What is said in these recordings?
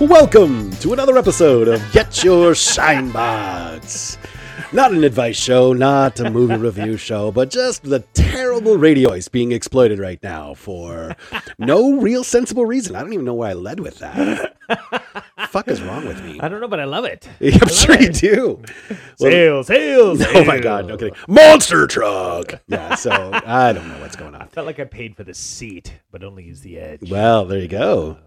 Welcome to another episode of Get Your Shine Box. Not an advice show, not a movie review show, but just the terrible radioids being exploited right now for no real sensible reason. I don't even know where I led with that. Fuck is wrong with me? I don't know, but I love it. I'm sure you do. Well, Sales, sales. oh my god, no kidding. Monster truck. Yeah, so I don't know what's going on. Felt like I paid for the seat, but only used the edge. Well, there you go.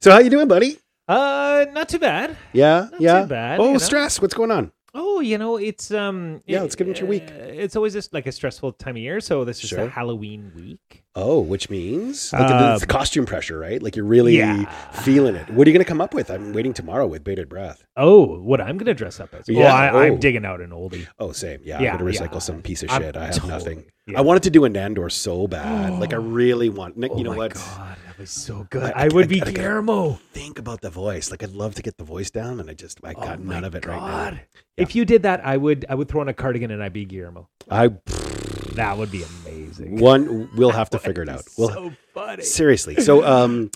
So how you doing, buddy? Uh, not too bad. Yeah, Not too yeah. bad, oh, you know. stress. What's going on? Oh, you know, it's um. Yeah, let's get into your week. uh, It's always just like a stressful time of year, so this is Sure. the Halloween week. Oh, which means like Uh, it's the costume pressure, right? Like you're really Yeah. feeling it. What are you going to come up with? I'm waiting tomorrow with bated breath. Oh, what I'm gonna dress up as? Yeah, oh, I, oh. I'm digging out an oldie. Oh, same. Yeah, Yeah, I'm going to recycle yeah. some piece of I'm shit. i have totally- nothing. yeah. I wanted to do a Nandor so bad. like I really want. Nick, Oh you know my what? God, that was so good. I- I, I- would I- be I think I- Guillermo. Think about the voice. Like I'd love to get the voice down, and I just I got oh none my of it right God. now. If you did that, I would. I would throw on a cardigan and I'd be Guillermo. I That would be amazing. one. We'll have to figure it out. We'll so funny. Seriously. So, um,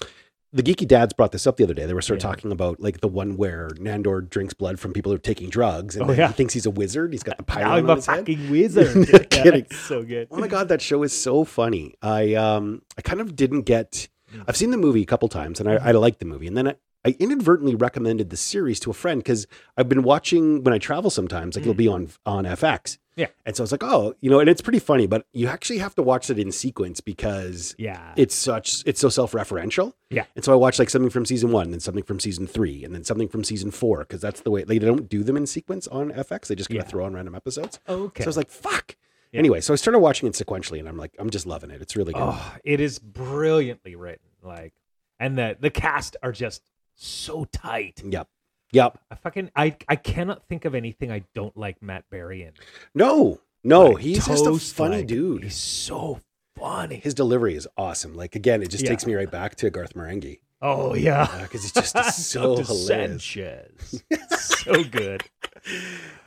the geeky dads brought this up the other day. They were sort of Yeah. talking about like the one where Nandor drinks blood from people who are taking drugs, and Oh, then yeah. he thinks he's a wizard. He's got the pylon I'm on a his head. fucking wizard. No Yeah, kidding. it's so good. Oh my god, that show is so funny. I um, I kind of didn't get. I've seen the movie a couple times, and I, I liked the movie, and then. I, I inadvertently recommended the series to a friend because I've been watching when I travel sometimes, like it'll be on on FX. Yeah. And so I was like, oh, you know, and it's pretty funny, but you actually have to watch it in sequence because Yeah. it's such it's so self-referential Yeah. and so i watched like something from season one and something from season three and then something from season four because that's the way like, they don't do them in sequence on fx they just kind of Yeah. Oh, throw on random episodes okay. so i was like "Oh, fuck Yeah. anyway so i started watching it sequentially and i'm like i'm just loving it it's really good oh, it is brilliantly written. Like, and the the cast are just so tight. yep yep I fucking I I cannot think of anything I don't like Matt Berry in. no no Like, Oh, he's just a toast, funny like, dude He's so funny. his delivery is awesome like again it just Yeah. takes me right back to garth marenghi oh yeah. because he's just so Dr. hilarious Sanchez. so good.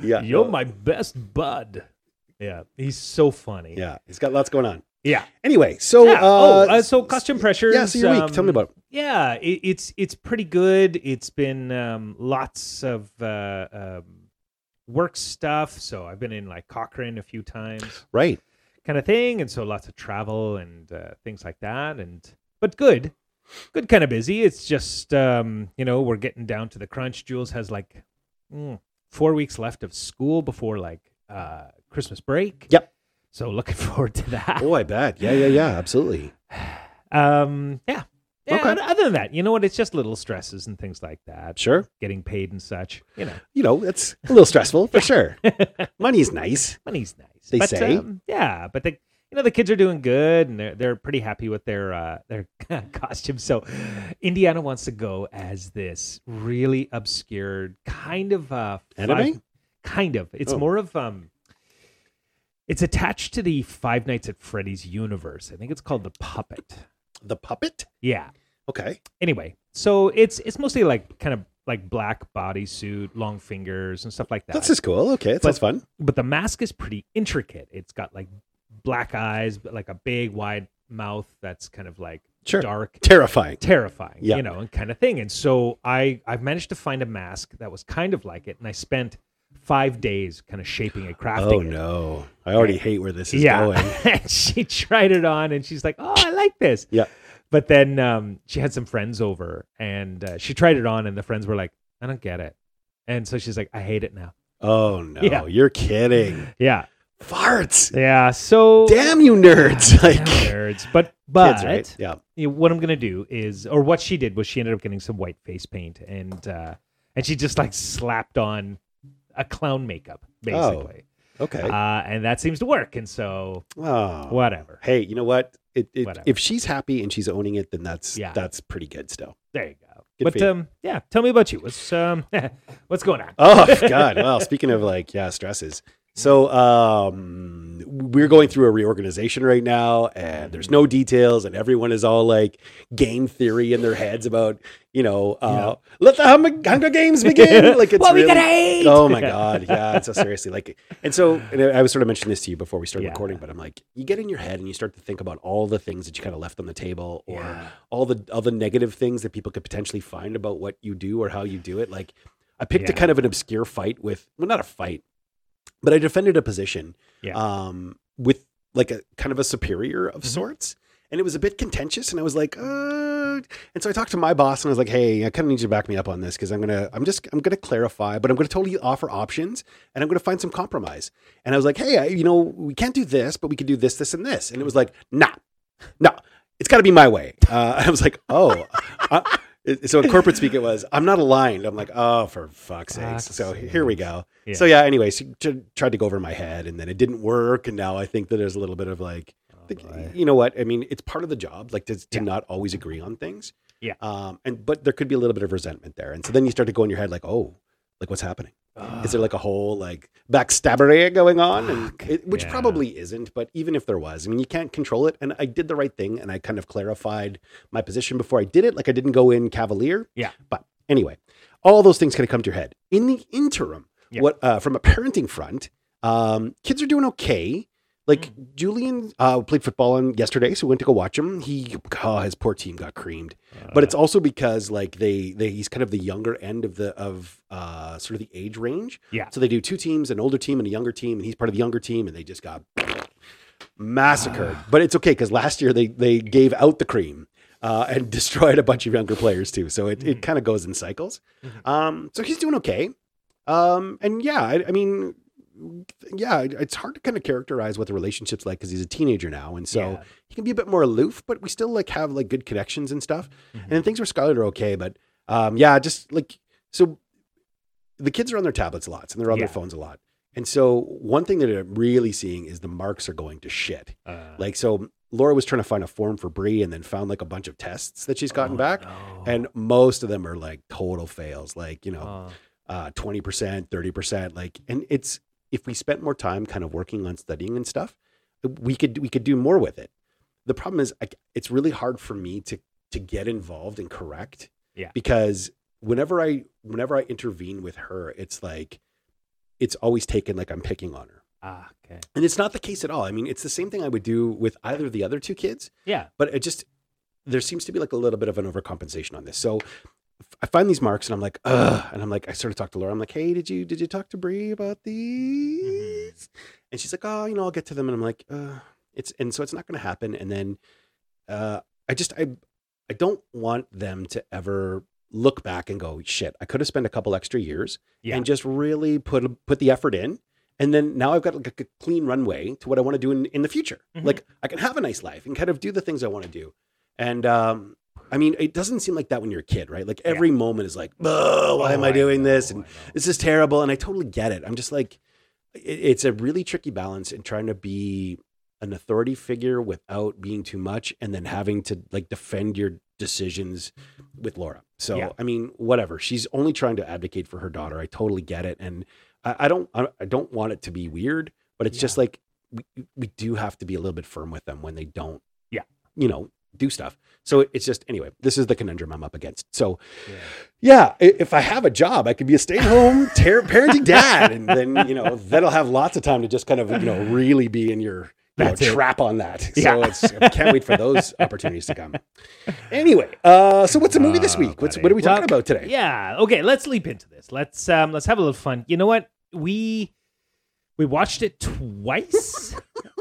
yeah You're no, my best bud. Yeah, he's so funny. yeah he's got lots going on yeah. anyway so Yeah. oh, uh, uh, so costume pressures. yeah so your week tell me um, about it. Yeah, it, it's it's pretty good. It's been um, lots of uh, um, work stuff. So I've been in like Cochrane a few times, right kind of thing, and so lots of travel and uh, things like that. And but good, good kind of busy. It's just um, you know we're getting down to the crunch. Jules has like mm, four weeks left of school before like uh, Christmas break. Yep. So looking forward to that. Oh, I bet. Yeah, yeah, yeah. Absolutely. Um, yeah. Yeah, Okay. oth- Other than that, you know what? It's just little stresses and things like that. Sure. Getting paid and such. You know, You know, it's a little stressful for sure. Money's nice. money's nice. They but, say. um, yeah, but the you know the kids are doing good and they're they're pretty happy with their uh, their costumes. So Indiana wants to go as this really obscured kind of uh, five- Anime? kind of. It's Oh. more of um. It's attached to the Five Nights at Freddy's universe. I think it's called the Puppet. The puppet. Yeah. Okay. anyway, so it's it's mostly like kind of like black bodysuit, long fingers and stuff like that. That's just cool. Okay. That But- sounds fun. but the mask is pretty intricate. It's got like black eyes, but like a big wide mouth that's kind of like Sure. dark, Terrifying. terrifying, Yeah. you know, and kind of thing. And so I I've managed to find a mask that was kind of like it, and I spent five days kind of shaping and crafting Oh it. no. I already hate where this is yeah. going. and she tried it on and she's like, oh, I like this. Yeah. But then um, she had some friends over and uh, she tried it on and the friends were like, I don't get it. And so she's like, I hate it now. Oh no. Yeah. You're kidding. Yeah. Farts. Yeah. So Damn you nerds. Oh. Damn Like nerds. But but kids, right? Yeah. you know, what I'm gonna do is, or what she did was, she ended up getting some white face paint, and uh, and she just like slapped on a clown makeup, basically, Oh, Okay. uh, and that seems to work. And so oh. whatever, Hey, you know what? It, it, Whatever. if she's happy and she's owning it, then that's Yeah. that's pretty good still. there you go. Good for but you. Uh, um, yeah, tell me about you. What's um, what's going on? Oh God! Well, speaking of like yeah, stresses. So um, we're going through a reorganization right now and there's no details and everyone is all like game theory in their heads about you know uh, let the hum- hunger games begin like it's What we really, gonna eat? oh my god yeah it's so seriously like and so and i was sort of mentioning this to you before we started Yeah. recording but i'm like you get in your head and you start to think about all the things that you kind of left on the table or Yeah. all the all the negative things that people could potentially find about what you do or how you do it like i picked a Yeah. kind of an obscure fight with well not a fight but i defended a position Yeah. um, with like a kind of a superior of Mhm. sorts. And it was a bit contentious, and I was like, uh... and so I talked to my boss, and I was like, "Hey, I kind of need you to back me up on this because I'm gonna, I'm just, I'm gonna clarify, but I'm gonna totally offer options, and I'm gonna find some compromise." And I was like, "Hey, I, you know, we can't do this, but we could do this, this, and this." And it was like, "Nah, no, it's got to be my way." Uh, I was like, "Oh." I- so in corporate speak, it was, "I'm not aligned." I'm like, "Oh, for fuck's sakes!" Fuck's So here we sakes. go. So yeah, anyway, she t- tried to go over my head and then it didn't work. And now I think that there's a little bit of like, Oh, think- boy. you know what? I mean, it's part of the job, like to, to Yeah. not always agree on things. Yeah. Um, and, but there could be a little bit of resentment there. And so then you start to go in your head like, oh, like what's happening? Is Ah. there like a whole like backstabbery going on? And it, which yeah. probably isn't, but even if there was, I mean, you can't control it. And I did the right thing and I kind of clarified my position before I did it. Like I didn't go in cavalier. Yeah. But anyway, all those things kind of come to your head. In the interim, Yeah. what uh, from a parenting front, um, kids are doing okay. Like Mm. Julian uh, played football on yesterday, so we went to go watch him. He, oh, his poor team got creamed Uh. but it's also because like they, they he's kind of the younger end of the of uh sort of the age range Yeah. so they do two teams an older team and a younger team and he's part of the younger team and they just got massacred but it's okay because last year they they gave out the cream uh, and destroyed a bunch of younger players too so it, it Mhm. kind of goes in cycles Mhm. um so he's doing okay um and yeah i, I mean yeah, it- it's hard to kind of characterize what the relationship's like because he's a teenager now, and so Yeah. he can be a bit more aloof. But we still like have like good connections and stuff Mm-hmm. and then things with Scarlet are okay, but um, yeah, just like so, the kids are on their tablets a lot, and they're on Yeah. their phones a lot, and so one thing that I'm really seeing is the marks are going to shit. Mhm. Like so, Laura was trying to find a form for Bree, and then found like a bunch of tests that she's gotten Oh, back, no. and most of them are like total fails, like you know, Oh, uh, twenty percent, thirty percent, like, and it's if we spent more time kind of working on studying and stuff, we could we could do more with it. The problem is, I, it's really hard for me to to get involved and correct. Yeah. Because whenever I whenever I intervene with her, it's like it's always taken like I'm picking on her, ah, okay. and it's not the case at all. I mean, it's the same thing I would do with either of the other two kids Yeah. but it just there seems to be like a little bit of an overcompensation on this. So I find these marks and I'm like, ugh, and I'm like, I sort of talk to Laura. I'm like, hey, did you did you talk to Bree about these? And she's like, oh, you know, I'll get to them. And I'm like, uh, it's and so it's not going to happen. And then uh, I just I I don't want them to ever look back and go, shit, I could have spent a couple extra years Yeah. and just really put put the effort in. And then now I've got like a c- clean runway to what I want to do in, in the future. Mhm. Like I can have a nice life and kind of do the things I want to do. And um, I mean, it doesn't seem like that when you're a kid, right? Like Yeah. every moment is like, oh, why am Oh, I doing know, this? And I know. this is terrible. And I totally get it. I'm just like, it, it's a really tricky balance in trying to be an authority figure without being too much and then having to like defend your decisions with Laura. So, Yeah. I mean, whatever. She's only trying to advocate for her daughter. I totally get it. And I, I don't, I I don't want it to be weird, but it's Yeah. just like, we, we do have to be a little bit firm with them when they don't, Yeah. you know, do stuff. So it- it's just, anyway, this is the conundrum I'm up against. So, Yeah. yeah, i- if I have a job, I could be a stay-at-home ter- parenting dad, and then you know that'll have lots of time to just kind of you know really be in your you know, That's it. trap on that. So Yeah. it's, I can't wait for those opportunities to come. Anyway, uh, so what's a movie this Ah, week? What's buddy. what are we talking Well, about today? Yeah. Okay. Let's leap into this. Let's um let's have a little fun. You know what? We we watched it twice,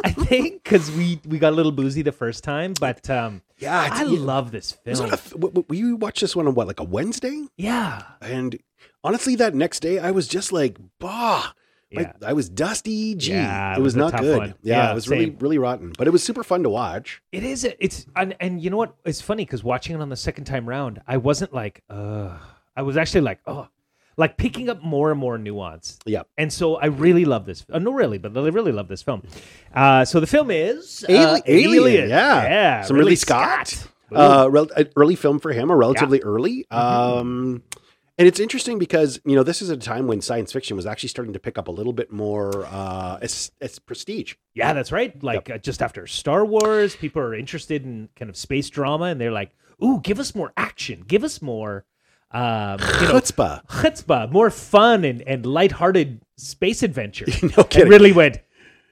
I think, because we we got a little boozy the first time. But um, Yeah, it's- I love this Was film. that a f- w- w- we watched this one on what like a Wednesday, yeah. and honestly, that next day I was just like, bah. My- Yeah. I was dusty. Gee, Yeah, it it was, was a not tough good. one. Yeah, Yeah, it was really, same. really rotten. But it was super fun to watch. It is. a- It's and and you know what? It's funny because watching it on the second time round, I wasn't like, uh I was actually like, oh, like picking up more and more nuance. Yeah. And so I really love this. Uh, no, really, but I really love this film. Uh, so the film is uh, Ali- Alien, yeah. yeah. Some uh, Ridley Scott. uh, rel- an early film for him, or relatively early. Um, And it's interesting because you know this is a time when science fiction was actually starting to pick up a little bit more uh, as, as prestige. Yeah, that's right. Like uh, just after Star Wars, people are interested in kind of space drama, and they're like, "Ooh, give us more action! Give us more, um, you know, Chutzpah. chutzpah, more fun and and lighthearted space adventure." No and kidding. Ridley went,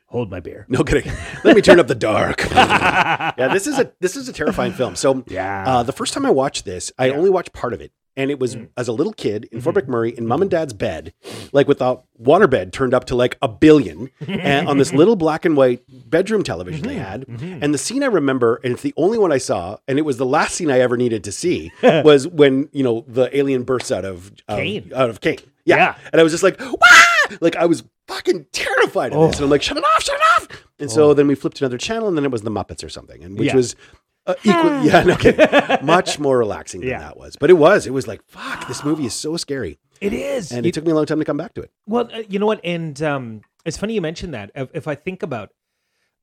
"Hold my beer." no kidding. Let me turn up the dark. yeah, this is a this is a terrifying film. So Yeah. uh, the first time I watched this, I Yeah. only watched part of it. And it was Mm. Mm-hmm. as a little kid in Fort McMurray in mom and dad's bed, like with the water bed turned up to like a billion and on this little black and white bedroom television they Mm-hmm. had. And the scene I remember, and it's the only one I saw, and it was the last scene I ever needed to see, was when, you know, the alien bursts out of, of Kane. out of Kane. Yeah. Yeah. And I was just like, Wah! like I was fucking terrified of Oh. this. And I'm like, shut it off, shut it off. And so then we flipped to another channel and then it was the Muppets or something. And which Yeah. was uh, equal, yeah, no kidding. Much more relaxing than Yeah. that was. But it was, it was like, fuck, this movie is so scary. it is. And You- it took me a long time to come back to it. Well, uh, you know what, and um, it's funny you mentioned that. If, if I think about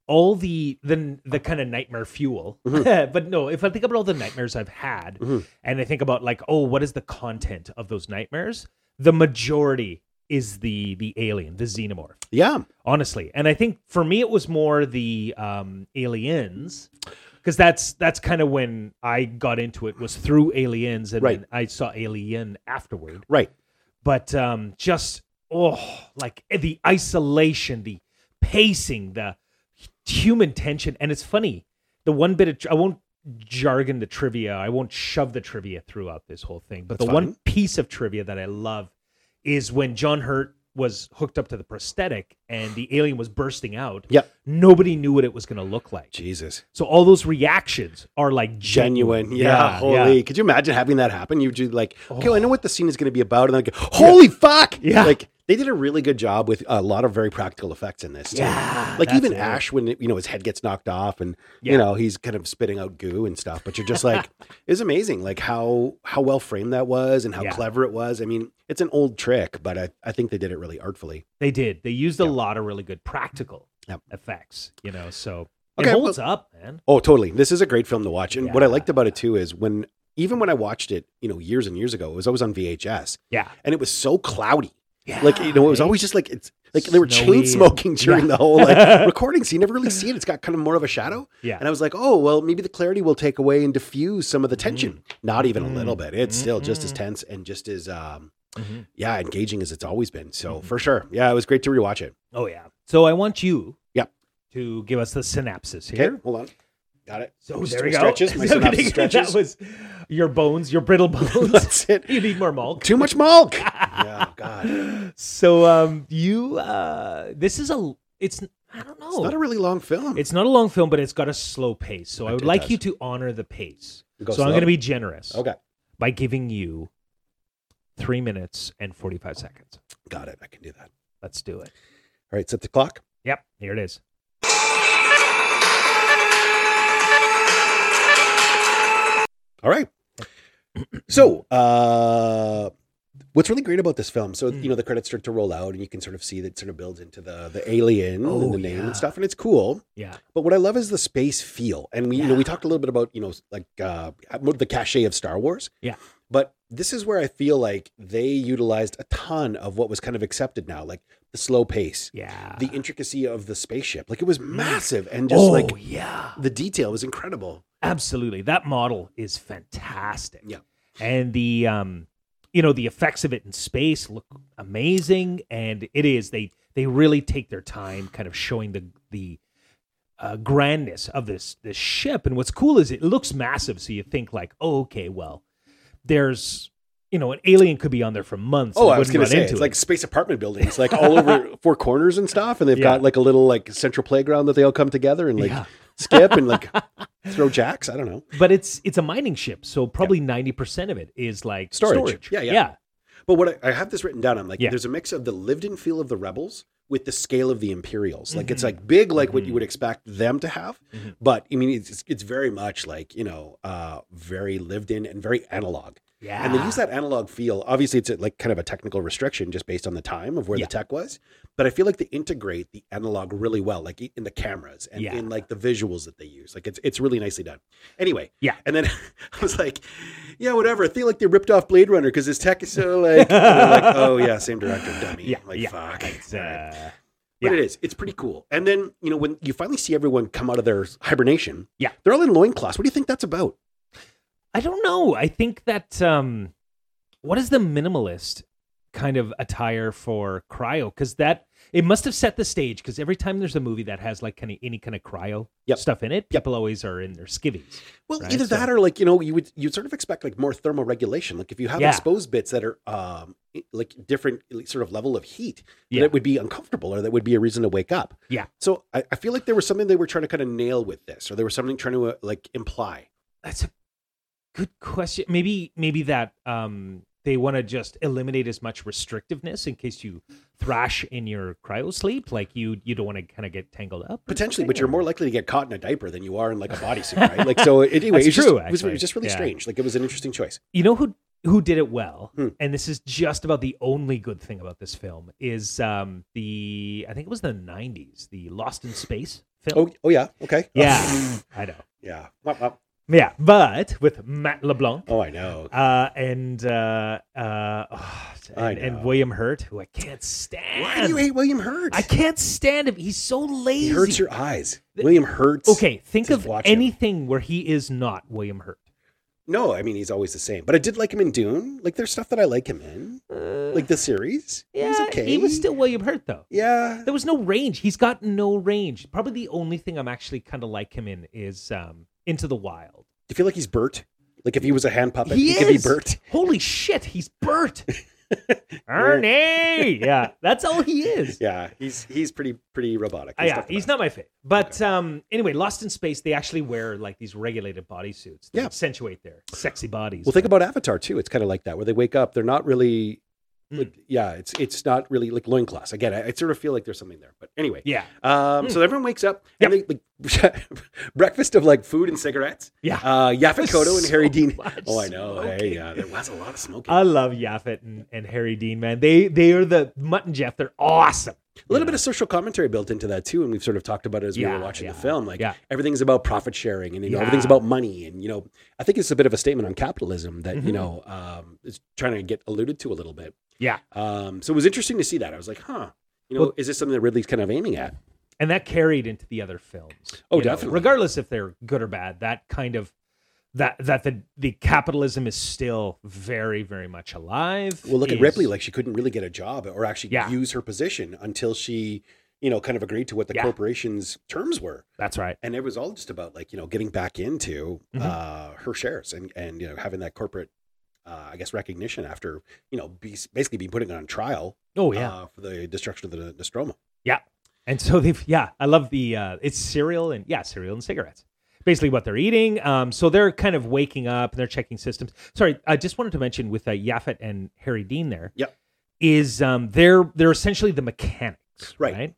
all the the, the kind of nightmare fuel, but no, if I think about all the nightmares I've had, Mhm. and I think about like, oh, what is the content of those nightmares? The majority is the the alien, the xenomorph Yeah. honestly. And I think for me, it was more the um, aliens because that's that's kind of when I got into it was through aliens, and Right. then I saw Alien afterward. Right. But um, just oh, like the isolation, the pacing, the human tension, and it's funny. The one bit of tr- I won't jargon the trivia. I won't shove the trivia throughout this whole thing. But That's the fine. one piece of trivia that I love is when John Hurt was hooked up to the prosthetic and the alien was bursting out. Yep. Nobody knew what it was going to look like. Jesus. So all those reactions are like genuine. Genuine. Yeah. holy. yeah. Could you imagine having that happen? You'd be like, okay, well, I know what the scene is going to be about. And then go, holy fuck. Yeah. Like, they did a really good job with a lot of very practical effects in this. Too. Yeah, Like that's even it. Ash, when you know his head gets knocked off, and you Yeah. know he's kind of spitting out goo and stuff. But you're just like, it's amazing, like how how well framed that was and how Yeah. clever it was. I mean, it's an old trick, but I, I think they did it really artfully. They did. They used a Yep. lot of really good practical Yep. effects, you know. So Okay, it holds up, man. Oh, totally. This is a great film to watch. And what I Yeah. liked about it too is when even when I watched it, you know, years and years ago, it was always on VHS, Yeah. and it was so cloudy. Yeah. Like you know, it was right? always just like it's like they were Snowy chain smoking and- during the Yeah. whole like recording, so you never really see it. It's got kind of more of a shadow. Yeah. And I was like, oh well, maybe the clarity will take away and diffuse some of Mm-hmm. the tension. Not even a little bit. It's still just as Mhm. tense and just as um Mhm. yeah engaging as it's always been. So Mhm. for sure, yeah, it was great to rewatch it. Oh yeah. So I want you Yep. to give us the synopsis Okay, here. hold on, got it. So Just there we go. stretches, my So synopsis getting- stretches. That was your bones, your brittle bones. That's it. you need more milk. Too much mulk. yeah, God. So um you uh this is a it's I don't know. It's not a really long film. Oh. It's not a long film, but it's got a slow pace. So I It would like does. you to honor the pace. Go so I'm slow. going to be generous okay. by giving you three minutes and 45 seconds. Got it. I can do that. Let's do it. All right, set the clock. Yep, here it is. All right. So, uh, what's really great about this film? So, Hmm. you know, the credits start to roll out, and you can sort of see that sort of builds into the the alien and Oh, the name yeah. and stuff, and it's cool. Yeah. But what I love is the space feel, and we you know we Yeah. talked a little bit about you know like uh, the cachet of Star Wars. Yeah. But this is where I feel like they utilized a ton of what was kind of accepted now, like the slow pace, Yeah. the intricacy of the spaceship. Like it was massive, and just oh, like yeah. the detail was incredible. Absolutely. That model is fantastic. Yeah. And the um you know, the effects of it in space look amazing and it is they they really take their time kind of showing the the uh, grandness of this this ship and what's cool is it looks massive so you think like, "Oh, okay, well, there's you know, an alien could be on there for months. Oh, and I was wouldn't going to run say into it's it. like space apartment buildings, like all over four corners and stuff, and they've Yeah. got like a little like central playground that they all come together and like Yeah. skip and like throw jacks. I don't know. but it's it's a mining ship, so probably ninety percent of it is like Storage. storage. Yeah, yeah. yeah. But what I, I have this written down, I'm like, Yeah. there's a mix of the lived-in feel of the rebels with the scale of the Imperials. Like Mm-hmm. it's like big, like what you would expect them to have, Mhm. but I mean, it's it's very much like you know, uh, very lived in and very analog. Yeah. And they use that analog feel. Obviously, it's a, like kind of a technical restriction just based on the time of where Yeah. the tech was. But I feel like they integrate the analog really well, like e, in the cameras and Yeah. in like the visuals that they use. Like it's it's really nicely done. Anyway, Yeah. And then I was like, yeah, whatever. I feel like they ripped off Blade Runner because his tech is so like, you know, like, oh yeah, same director, dummy. Yeah, like yeah. fuck. It's, All right. uh, But yeah. it is. It's pretty cool. And then, you know, when you finally see everyone come out of their hibernation, Yeah. they're all in loincloths. What do you think that's about? I don't know. I think that um, what is the minimalist kind of attire for cryo? Because that it must have set the stage. Because every time there's a movie that has like kind of any kind of cryo Yep. stuff in it, Yep. people always are in their skivvies. Well, right? either that So- or like you know you would you sort of expect like more thermal regulation. Like if you have Yeah. exposed bits that are um i- like different like, sort of level of heat, Yeah. that it would be uncomfortable or that would be a reason to wake up. Yeah. So I, I feel like there was something they were trying to kind of nail with this, or there was something trying to uh, like imply. That's a good question. Maybe maybe that um, they want to just eliminate as much restrictiveness in case you thrash in your cryo sleep. Like you you don't want to kind of get tangled up or Potentially, something, but you're or- more likely to get caught in a diaper than you are in like a bodysuit, right? Like so. Anyway, That's it's true, just, it was- it actually. was just really Yeah. strange. Like it was an interesting choice. you know who who did it well Hmm. and this is just about the only good thing about this film is um the i think it was the 90s the lost in space film Oh, oh yeah. Okay. Oh. yeah i know yeah. Wop, wop. yeah but with matt leblanc Oh, I know. uh and uh uh oh, I and, and know. william hurt who i can't Why do you stand hate William Hurt? i can't stand him he's so lazy he hurts your eyes. The- William hurts. okay think Just of watch him. anything where he is not william hurt No, I mean he's always the same. But I did like him in Dune. Like there's stuff that I like him in, like the series. yeah he was Uh, okay. he was still william hurt though yeah. There was no range. He's got no range. Probably the only thing I'm actually kind of like him in is um, Into the Wild. You feel like he's Bert. Like if he was a hand puppet, He he, could be is! Bert. Holy shit, he's Bert. Ernie. Yeah, that's all he is. Yeah, he's he's pretty pretty robotic. Uh, There's yeah, stuff he's about not my favorite. But um, anyway, Lost in Space, they actually wear like these regulated bodysuits that Yeah. accentuate their sexy bodies. him. Well, think about Avatar too. It's kind of like that, where they wake up, they're not really. Mm. Like, yeah, it's it's not really like loincloths. Again, I, I sort of feel like there's something there. But anyway, yeah, Hmm. Um, So everyone wakes up and they like breakfast of like food and cigarettes. yeah. Uh, Yaphet There's Kotto and Harry so Dean. much Oh, I know. Hey, smoking. yeah, there was a lot of smoking. I love Yaphet and, and Harry Dean, man. They they are the Mutt and Jeff. They're awesome. A little Yeah. bit of social commentary built into that too, and we've sort of talked about it as we Yeah, were watching the yeah, film. Like yeah. everything's about profit sharing, and you know Yeah. everything's about money, and you know I think it's a bit of a statement on capitalism that you Mhm. know um, is trying to get alluded to a little bit. Yeah. Um, so it was interesting to see that. I was like, huh, you know, Well- is this something that Ridley's kind of aiming at? and that carried into the other films. Oh, you know, definitely. regardless if they're good or bad, that kind of that that the the capitalism is still very very much alive. Well, look at is- Ripley; like she couldn't really get a job or actually Yeah. use her position until she, you know, kind of agreed to what the Yeah. corporation's terms were. That's right. and it was all just about like you know getting back into Mhm. uh, her shares and and you know having that corporate uh, I guess recognition after you know be, basically being putting on trial Oh yeah. uh, for the destruction of the Nostromo. and so they've yeah, I love the uh it's cereal and yeah, cereal and cigarettes. Basically what they're eating. Um so they're kind of waking up and they're checking systems. Sorry, I just wanted to mention with uh, Yaphet and Harry Dean there Yep. is um they're they're essentially the mechanics, Right. right?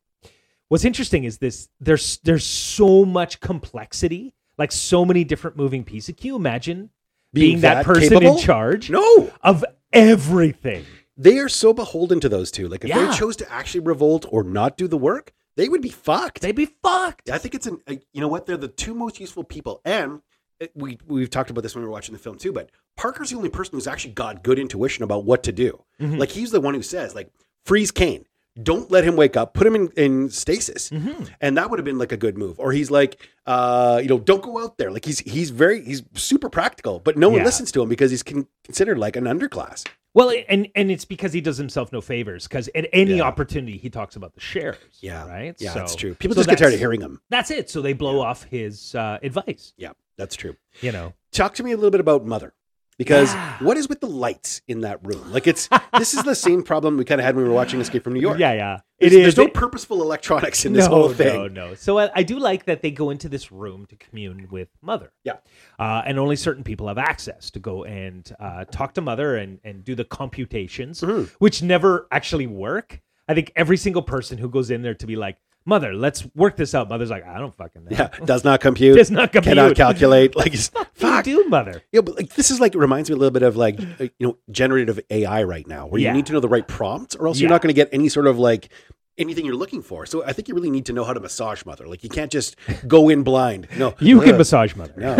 what's interesting is this there's there's so much complexity like so many different moving pieces can you imagine being, that, person capable? in charge No, of everything they are so beholden to those two. Like if Yeah. they chose to actually revolt or not do the work, they would be fucked. they'd be fucked I think it's an a, you know what they're the two most useful people and. it- We we've talked about this when we were watching the film too, but Parker's the only person who's actually got good intuition about what to do. Mhm. Like he's the one who says, like, freeze Kane. Don't let him wake up. Put him in, in stasis. Mhm. And that would have been like a good move. Or he's like, uh, you know, don't go out there. Like he's he's very he's super practical, but no one Yeah. listens to him because he's con- considered like an underclass. well and and it's because he does himself no favors because at any Yeah. opportunity he talks about the shares Yeah. right Yeah, so, that's true. People so just get tired of that's- hearing him. that's it so they blow off his uh, advice Yeah, that's true. you know Talk to me a little bit about Mother. Because Yeah. what is with the lights in that room? Like it's this is the same problem we kind of had when we were watching Escape from New York. yeah yeah There's, it there's is no purposeful electronics in this no, whole thing. No, no. So I, I do like that they go into this room to commune with Mother. Yeah. Uh, and only certain people have access to go and uh, talk to Mother and, and do the computations, Mhm. which never actually work. I think every single person who goes in there to be like, Mother, let's work this out. Mother's like, I don't fucking know. Yeah, does not compute. Does not compute. Cannot calculate. Like, it's, Fuck fuck. you, do, mother. Yeah, but like this is like reminds me a little bit of like uh, you know generative AI right now, where Yeah. you need to know the right prompt, or else Yeah. you're not going to get any sort of like anything you're looking for. So I think you really need to know how to massage mother. Like you can't just go in blind. No, You can Ugh, massage mother. no.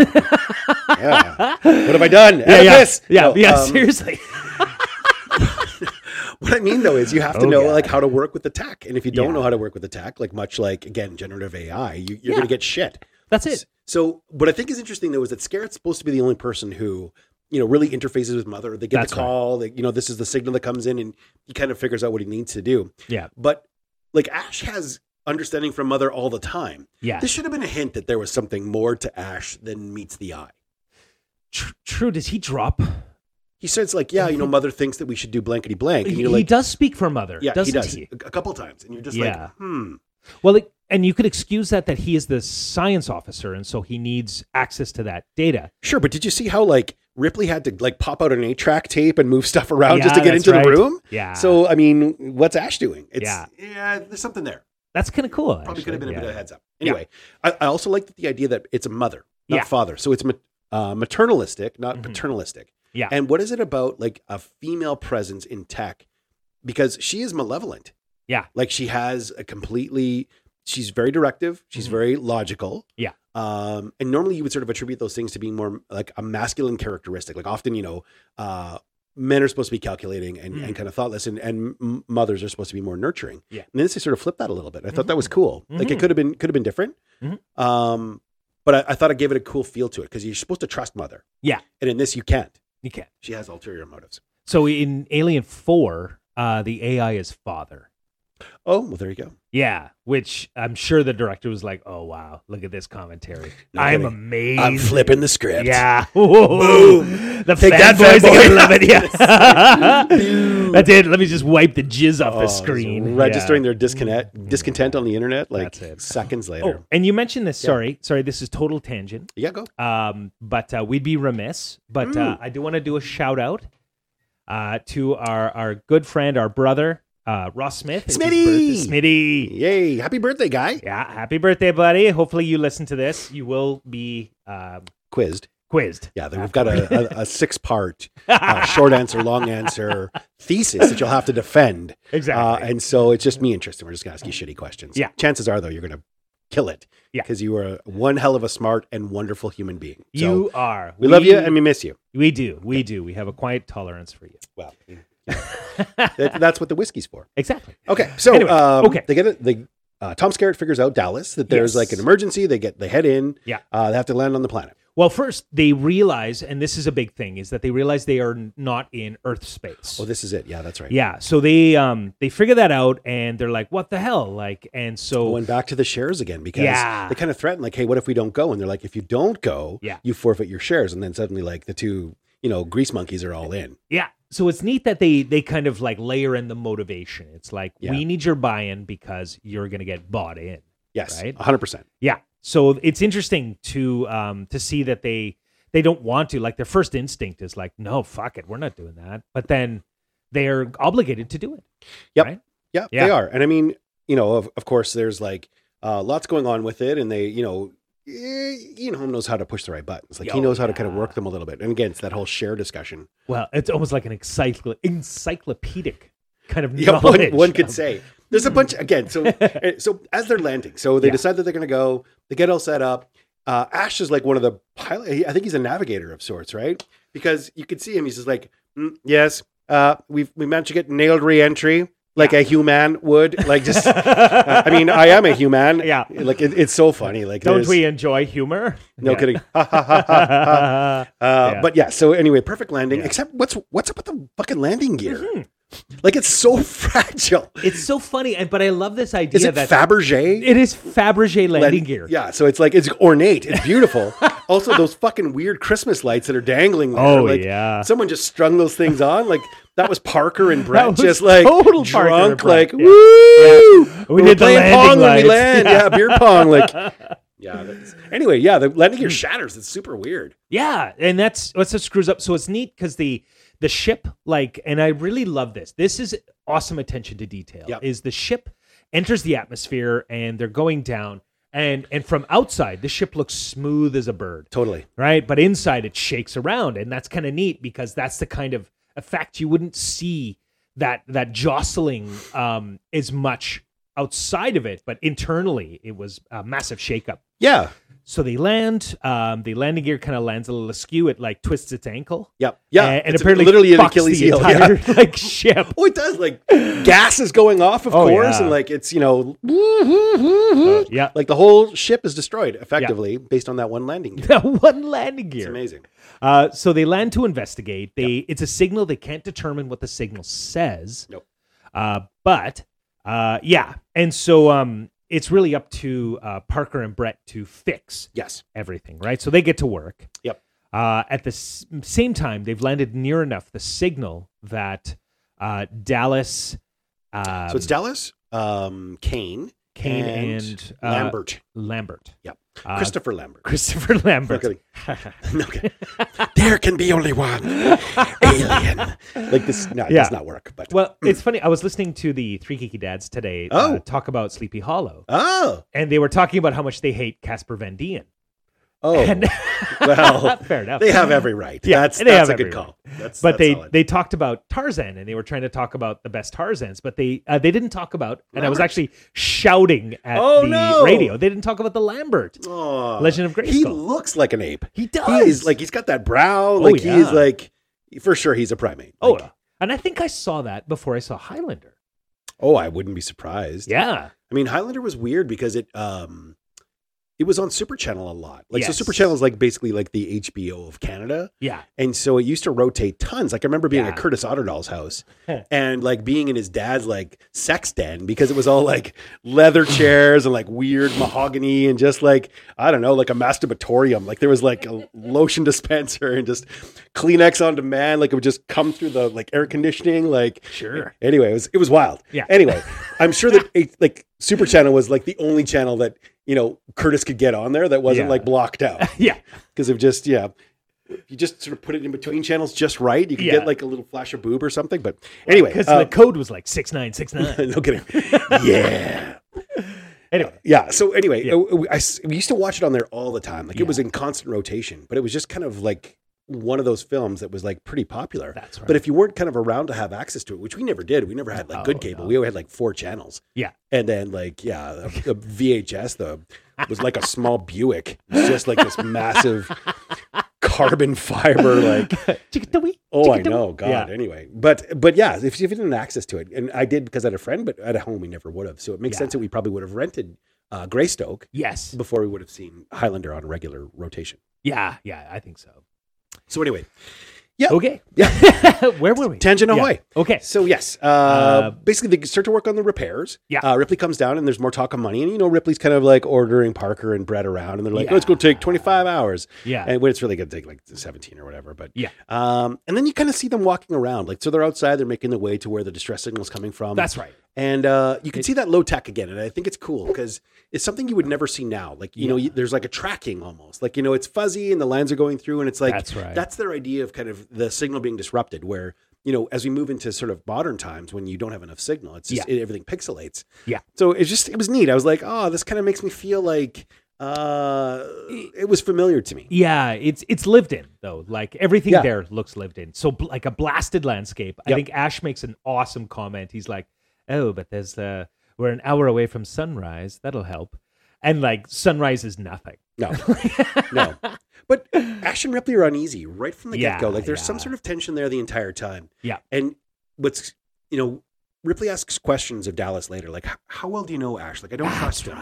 yeah. What have I done? Yeah, yeah, Oedipus! yeah, No, yeah, um, seriously. What I mean though is you have to Oh, know God. like how to work with the tech, and if you don't Yeah. know how to work with the tech, like much like again generative AI, you, you're Yeah. going to get shit. That's it. So, what I think is interesting though is that Scarrett's supposed to be the only person who, you know, really interfaces with Mother. They get That's the right. call. They, you know, this is the signal that comes in, and he kind of figures out what he needs to do. Yeah. But like Ash has understanding from Mother all the time. Yeah. This should have been a hint that there was something more to Ash than meets the eye. Tr- true. Does he drop? He says like, yeah, you know, Mother thinks that we should do blankety blank, and He, you're he like, does speak for mother, yeah, doesn't he does he? A- a couple times, and you're just Yeah. like, hmm, Well, it, and you could excuse that that he is the science officer, and so he needs access to that data. sure. But did you see how like Ripley had to like pop out an eight track tape and move stuff around just Yeah, to get that's into the right. room? Yeah. So I mean, what's Ash doing? It's, Yeah. there's something there. that's kind of cool. Probably could have been actually, a bit yeah. of a heads up. Yeah. Anyway, I, I also like the idea that it's a mother, not Yeah. father. So it's ma- uh, maternalistic, not Mhm. paternalistic. Yeah. And what is it about like a female presence in tech? Because she is malevolent. Yeah. Like she has a completely. She's very directive. She's Mhm. very logical. Yeah. Um, and normally you would sort of attribute those things to being more like a masculine characteristic. Like often, you know, uh, men are supposed to be calculating and, Mm. and kind of thoughtless, and, and m- mothers are supposed to be more nurturing. Yeah. And then they sort of flipped that a little bit. I thought that was cool. Like Mhm. it could have been could have been different. Mhm. Um, but I, I thought it gave it a cool feel to it because you're supposed to trust mother. Yeah. And in this, you can't. You can't. She has ulterior motives. So in Alien Four, uh, the AI is father. Oh, well, there you go. Yeah, which I'm sure the director was like, "Oh wow, look at this commentary. No I'm kidding. amazed." I'm flipping the script. Yeah. Whoa. The Take that, fanboys are fanboy. gonna love it. Yeah. Dude. That's it. Let me just wipe the jizz off Oh, the it's screen. Registering Yeah. Mm-hmm. their disconnect discontent on the internet like That's it. seconds later. Oh, and you mentioned this. Yeah. Sorry, sorry. This is total tangent. Yeah, go. Um, but uh, we'd be remiss. But uh, Mm. I do want to do a shout out uh, to our our good friend, our brother, uh, Ross Smith. It's his Smitty! birthday. Smitty. Yay. Happy birthday, guy. Yeah, happy birthday, buddy. Hopefully you listen to this. You will be uh, Quizzed. quizzed. Yeah, then we've got a, a, a six part uh, short answer, long answer thesis that you'll have to defend. Uh, exactly. and so it's just me and Tristan. We're just gonna ask you shitty questions. Yeah. Chances are though, you're gonna kill it. Yeah. Because you are one hell of a smart and wonderful human being. So you are. we, love you and we miss you. we do. We do. We have a quiet tolerance for you. Well, that, that's what the whiskey's for. exactly. Okay. So Anyway, um, okay. they get it. They uh, Tom Skerritt figures out Dallas that there's Yes. like an emergency. They get they head in. Yeah. Uh, they have to land on the planet. Well, first they realize, and this is a big thing, is that they realize they are n- not in Earth space. Oh, this is it. Yeah, that's right. yeah. So they um they figure that out, and they're like, "What the hell?" Like, and so Going back to the shares again because Oh. Yeah. they kind of threaten like, hey, what if we don't go? And they're like, if you don't go, Yeah. you forfeit your shares. And then suddenly like the two you know grease monkeys are all in. Yeah. So it's neat that they they kind of like layer in the motivation. It's like Yeah. we need your buy-in because you're going to get bought in. Yes, Right. hundred percent. Yeah. So it's interesting to um to see that they they don't want to like their first instinct is like no fuck it we're not doing that but then they're obligated to do it. Yeah, Yeah. they are. And I mean, you know, of, of course, there's like uh, lots going on with it, and they, you know, eh, Ian Holm knows how to push the right buttons. Like he Oh, knows how to kind of yeah. work them a little bit. And again, it's that whole share discussion. Well, it's almost like an encycl- encyclopedic kind of Yeah, knowledge. one, one could of- say there's a bunch again. So, eh, so as they're landing, so they Yeah. decide that they're going to go. They get all set up. Uh, Ash is like one of the pilot. he- I think he's a navigator of sorts, right? Because you could see him. He's just like, "Mm, yes, uh, we've we managed to get nailed re-entry like a human would. Like just. Uh, I mean, I am a human. Yeah. Like it, it's so funny. Like don't there's- we enjoy humor? No Yeah. kidding. Ha, ha, ha, ha, ha. Uh, Yeah. But yeah. So anyway, perfect landing. Yeah. Mm-hmm. Except what's what's up with the fucking landing gear? Like it's so fragile. it's so funny and but I love this idea Is it that Fabergé? It is Fabergé landing Land- gear. Yeah. So it's like it's ornate. It's beautiful. also, those fucking weird Christmas lights that are dangling. There, Oh, like, yeah. Someone just strung those things on. Like that was Parker and Brett was just like total drunk, Parker and like Brett, yeah. woo. We We're did the playing landing pong when lights. we land. Yeah. beer pong. Like. Yeah. That's, anyway, yeah, the landing Hmm. gear shatters. It's super weird. Yeah, and that's that's what screws up. So it's neat because the the ship, like, and I really love this. This is awesome attention to detail. Yep. Is the ship enters the atmosphere and they're going down. And and from outside, the ship looks smooth as a bird, Totally. right? But inside, it shakes around, and that's kind of neat because that's the kind of effect you wouldn't see that that jostling um, as much outside of it, but internally, it was a massive shakeup. Yeah. So they land. Um, the landing gear kind of lands a little askew. It like twists its ankle. Yep. Yeah. and, and It's apparently literally an fucks Achilles the heel. yeah. entire like ship. Oh, it does. Like gas is going off, of Oh, course, yeah. and like it's you know, yeah, like the whole ship is destroyed effectively based on that one landing. gear. that one landing It's gear. amazing. Uh, so they land to investigate. They it's a signal. They can't determine what the signal says. Nope. Uh, but uh, yeah, and so um, it's really up to uh, Parker and Brett to fix Yes. everything, right? So they get to work. Yep. Uh, at the s- same time, they've landed near enough the signal that uh, Dallas, um, so it's Dallas, um, Kane, Kane, and and, uh, Lambert. Lambert. Yep. Uh, Christopher Lambert. Christopher Lambert. Okay. okay. there can be only one alien. Like this. No, it Yeah. does not work. But well, it's funny. I was listening to the Three Geeky Dads today uh, Oh. talk about Sleepy Hollow, oh, and they were talking about how much they hate Casper Van Dien. oh, And well, fair enough. they have every right. Yeah, that's they that's a have good every call. That's but that's they solid. they talked about Tarzan and they were trying to talk about the best Tarzans, but they uh, they didn't talk about. And I was Lambert. actually shouting at Oh, the no. radio. They didn't talk about the Lambert. Aw. Legend of He Grayskull. looks like an ape. He He is does. Oh, like he's got that brow. Like he yeah. is like for sure he's a primate. oh, Like, yeah. and I think I saw that before I saw Highlander. oh, I wouldn't be surprised. Yeah, I mean, Highlander was weird because it um it was on Super Channel a lot. Like so, Yes. Super Channel is like basically like the HBO of Canada. yeah, And so it used to rotate tons. Like I remember being Yeah. at Curtis Otterdahl's house Huh. and like being in his dad's like sex den because it was all like leather chairs and like weird mahogany and just like I don't know, like a masturbatorium. Like there was like a lotion dispenser and just Kleenex on demand. Like it would just come through the like air conditioning. Like sure. anyway, it was it was wild. Yeah. Anyway, I'm sure that it, like Super Channel was like the only channel that you know Curtis could get on there that wasn't Yeah. like blocked out Yeah, because of just yeah if you just sort of put it in between channels just right you can Yeah. get like a little flash of boob or something but anyway because uh, the code was like six nine six nine. no kidding yeah Anyway, yeah so anyway Yeah. uh, we- I s- we used to watch it on there all the time like Yeah. it was in constant rotation but it was just kind of like one of those films that was like pretty popular that's right. but if you weren't kind of around to have access to it which we never did we never had like Oh, good cable no. we always had like four channels Yeah. and then like yeah the, the vhs the was like a small buick It was just like this massive carbon fiber like Chickadee, Oh, I chickadee. know. God. Yeah. Anyway, but but yeah, if, if you didn't have access to it, and I did because I had a friend, but at home we never would have. So it makes Yeah. sense that we probably would have rented uh, Greystoke Yes. before we would have seen Highlander on regular rotation. Yeah. Yeah. I think so. So anyway, Okay. Yeah. Where were we? tangent Yeah. away. Okay. So yes, uh, Uh, basically they start to work on the repairs. Yeah. Uh, Ripley comes down and there's more talk of money, and you know Ripley's kind of like ordering Parker and Brett around, and they're like, oh, "It's going to take Yeah. 25 hours," Yeah. and when it's really going to take like 17 or whatever. But Yeah. Um, and then you kind of see them walking around, like so they're outside, they're making their way to where the distress signal is coming from. that's right. And uh, you can It- see that low tech again, and I think it's cool because it's something you would never see now. Like you know, you, there's like a tracking almost. Like you know, it's fuzzy and the lines are going through, and it's like That's right. That's their idea of kind of the signal being disrupted. Where you know, as we move into sort of modern times when you don't have enough signal, it's just it, everything pixelates. Yeah. So it's just it was neat. I was like, oh, this kind of makes me feel like uh, it was familiar to me. Yeah, it's it's lived in though. Like everything Yeah. there looks lived in. So bl- like a blasted landscape. I Yep. think Ash makes an awesome comment. He's like, "Oh, but there's uh we're an hour away from sunrise. That'll help." And like sunrise is nothing. No, no. But Ash and Ripley are uneasy right from the Yeah, get go. Like there's some yeah. sort of tension there the entire time. Yeah. And what's, you know, Ripley asks questions of Dallas later, like, "H- how well do you know Ash? Like, I don't trust him.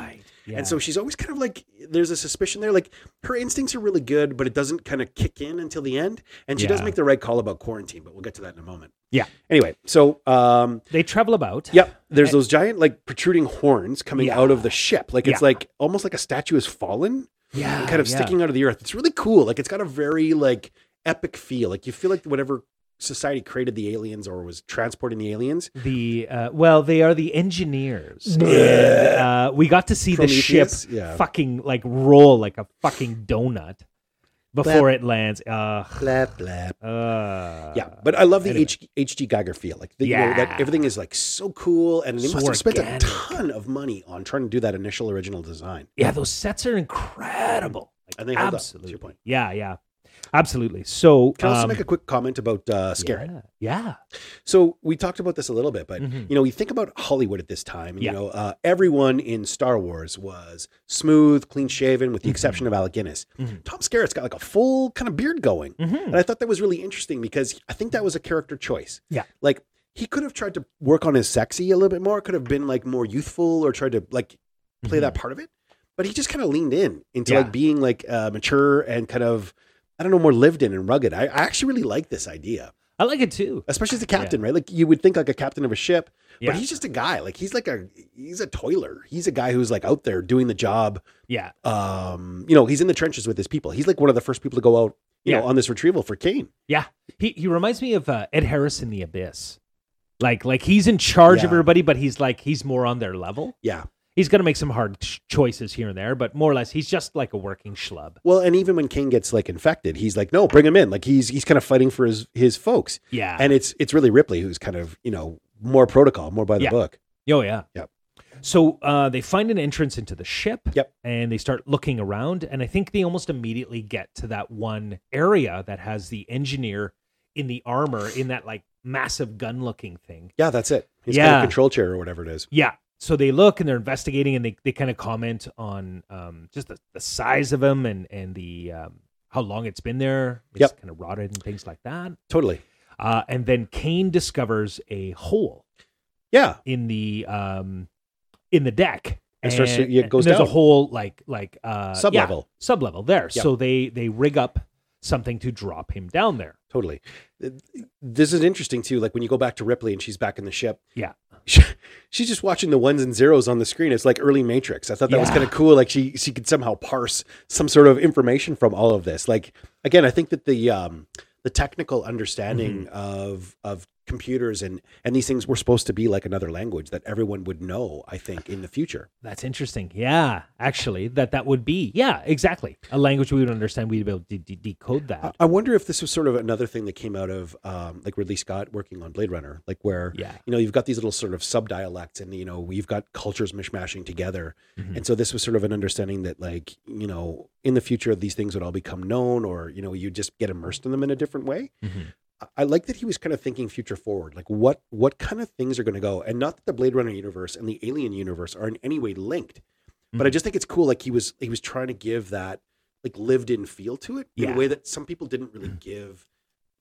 Yeah. And so she's always kind of like, there's a suspicion there. Like, her instincts are really good, but it doesn't kind of kick in until the end. And she does Yeah. make the right call about quarantine, but we'll get to that in a moment. Yeah. Anyway, so um, they travel about. Yep. There's And- those giant like protruding horns coming Eh. Yeah. out of the ship. Like it's Yeah. like almost like a statue has fallen. Yeah, and Kind of yeah. sticking out of the earth. It's really cool. Like it's got a very like epic feel. Like you feel like whatever society created the aliens or was transporting the aliens. The uh, well, they are the engineers. and, uh, we got to see the ship Prometheus, yeah. fucking like roll like a fucking donut. before it lands. Uh, Blap, blap. uh, Yeah, but I love the anyway. H HG Geiger feel. Like, the, you know, Yeah. that everything is like so cool, and they So must have spent a organic. ton of money on trying to do that initial original design. yeah, those sets are incredible. Like, And they hold up, to your absolutely. point. Yeah, yeah, absolutely. So Can I also um, make a quick comment about uh, Scarrett? Yeah. So we talked about this a little bit, yeah. but Mhm. you know, we think about Hollywood at this time. and, Yeah. You know, uh, everyone in Star Wars was smooth, clean shaven, with the Mhm. exception of Alec Guinness. Mhm. Tom Skerritt's got like a full kind of beard going, Mhm. and I thought that was really interesting because I think that was a character choice. Yeah. like he could have tried to work on his sexy a little bit more. Could have been like more youthful or tried to like Mm-hmm. play that part of it. But he just kind of leaned in into Yeah. like being like uh, mature and kind of I don't know more lived in and rugged. I, I actually really like this idea Mm-hmm. I like it too. especially as a captain, right? Like you would think like a captain of a ship, Yeah. but he's just a guy. Like he's like a he's a toiler. He's a guy who's like out there doing the job. Yeah. Um, you know, he's in the trenches with his people. He's like one of the first people to go out, you Yeah. know, on this retrieval for Kane. He he reminds me of uh, Ed Harris in The Abyss. Like like he's in charge of Yeah. everybody, but he's like he's more on their level. Yeah. He's gonna make some hard ch- choices here and there, but more or less he's just like a working schlub. Well, and even when Kane gets like infected, he's like, no, bring him in. Like he's he's kind of fighting for his his folks. Yeah. And it's it's really Ripley who's kind of you know more protocol, more by the Yeah. book. Oh yeah. Yep. So uh, they find an entrance into the ship. Yep. And they start looking around, and I think they almost immediately get to that one area that has the engineer in the armor in that like massive gun-looking thing. Yeah, that's it. He's kind Yeah. of control chair or whatever it is. Yeah. So they look and they're investigating, and they, they kind of comment on um, just the, the size of him and and the um, how long it's been there. It's Yep. kind of rotted and things like that. Totally. Uh, and then Kane discovers a hole Yeah. in the um in the deck And starts to- yeah, it goes and there's down. a whole like like uh Sub yeah, level. sublevel there Yeah. so they they rig up something to drop him down there Totally. Th- This is interesting too. Like when you go back to Ripley and she's back in the ship. Yeah. She, she's just watching the ones and zeros on the screen. It's like early Matrix. I thought that was Yeah. kind of cool. Like she she could somehow parse some sort of information from all of this. Like again, I think that the um the technical understanding Mm-hmm. of of computers and and these things were supposed to be like another language that everyone would know. I think in the future. that's interesting yeah actually that that would be yeah exactly a language we would understand we'd be able to de- decode that I, I wonder if this was sort of another thing that came out of um like Ridley Scott working on Blade Runner, like where yeah you know, you've got these little sort of sub dialects and, you know, we've got cultures mishmashing together. Mhm. And so this was sort of an understanding that, like, you know, in the future, these things would all become known or, you know, you just get immersed in them in a different way. Mhm. I- I like that he was kind of thinking future forward, like what what kind of things are going to go, and not that the Blade Runner universe and the Alien universe are in any way linked, but I Mhm. just think it's cool. Like he was he was trying to give that like lived in feel to it in Yeah. Mm-hmm. a way that some people didn't really give.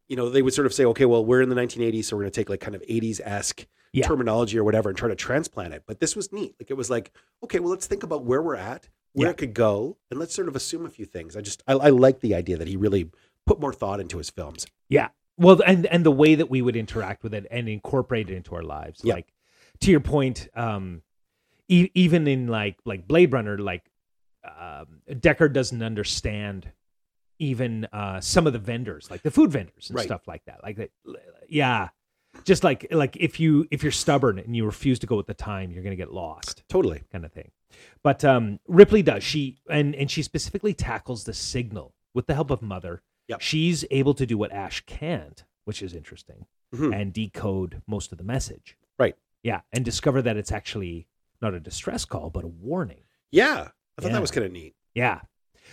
You know, they would sort of say, okay, well, we're in the 1980s, so we're going to take like kind of 80s esque Yeah. terminology or whatever and try to transplant it. But this was neat. Like it was like, okay, well, let's think about where we're at, where Yeah. it could go, and let's sort of assume a few things. I just I, I like the idea that he really put more thought into his films. well and and the way that we would interact with it and incorporate it into our lives Yeah. like to your point um e- even in like like blade runner like um decker doesn't understand even uh some of the vendors like the food vendors and Right. stuff like that like that yeah just like like if you if you're stubborn and you refuse to go with the time you're gonna get lost Totally. kind of thing. But um, Ripley does. She and and she specifically tackles the signal with the help of Mother. Yep. She's able to do what Ash can't, which is interesting, Mhm. and decode most of the message. Right. Yeah, and discover that it's actually not a distress call, but a warning. Yeah. I thought Yeah. that was kind of neat. Yeah.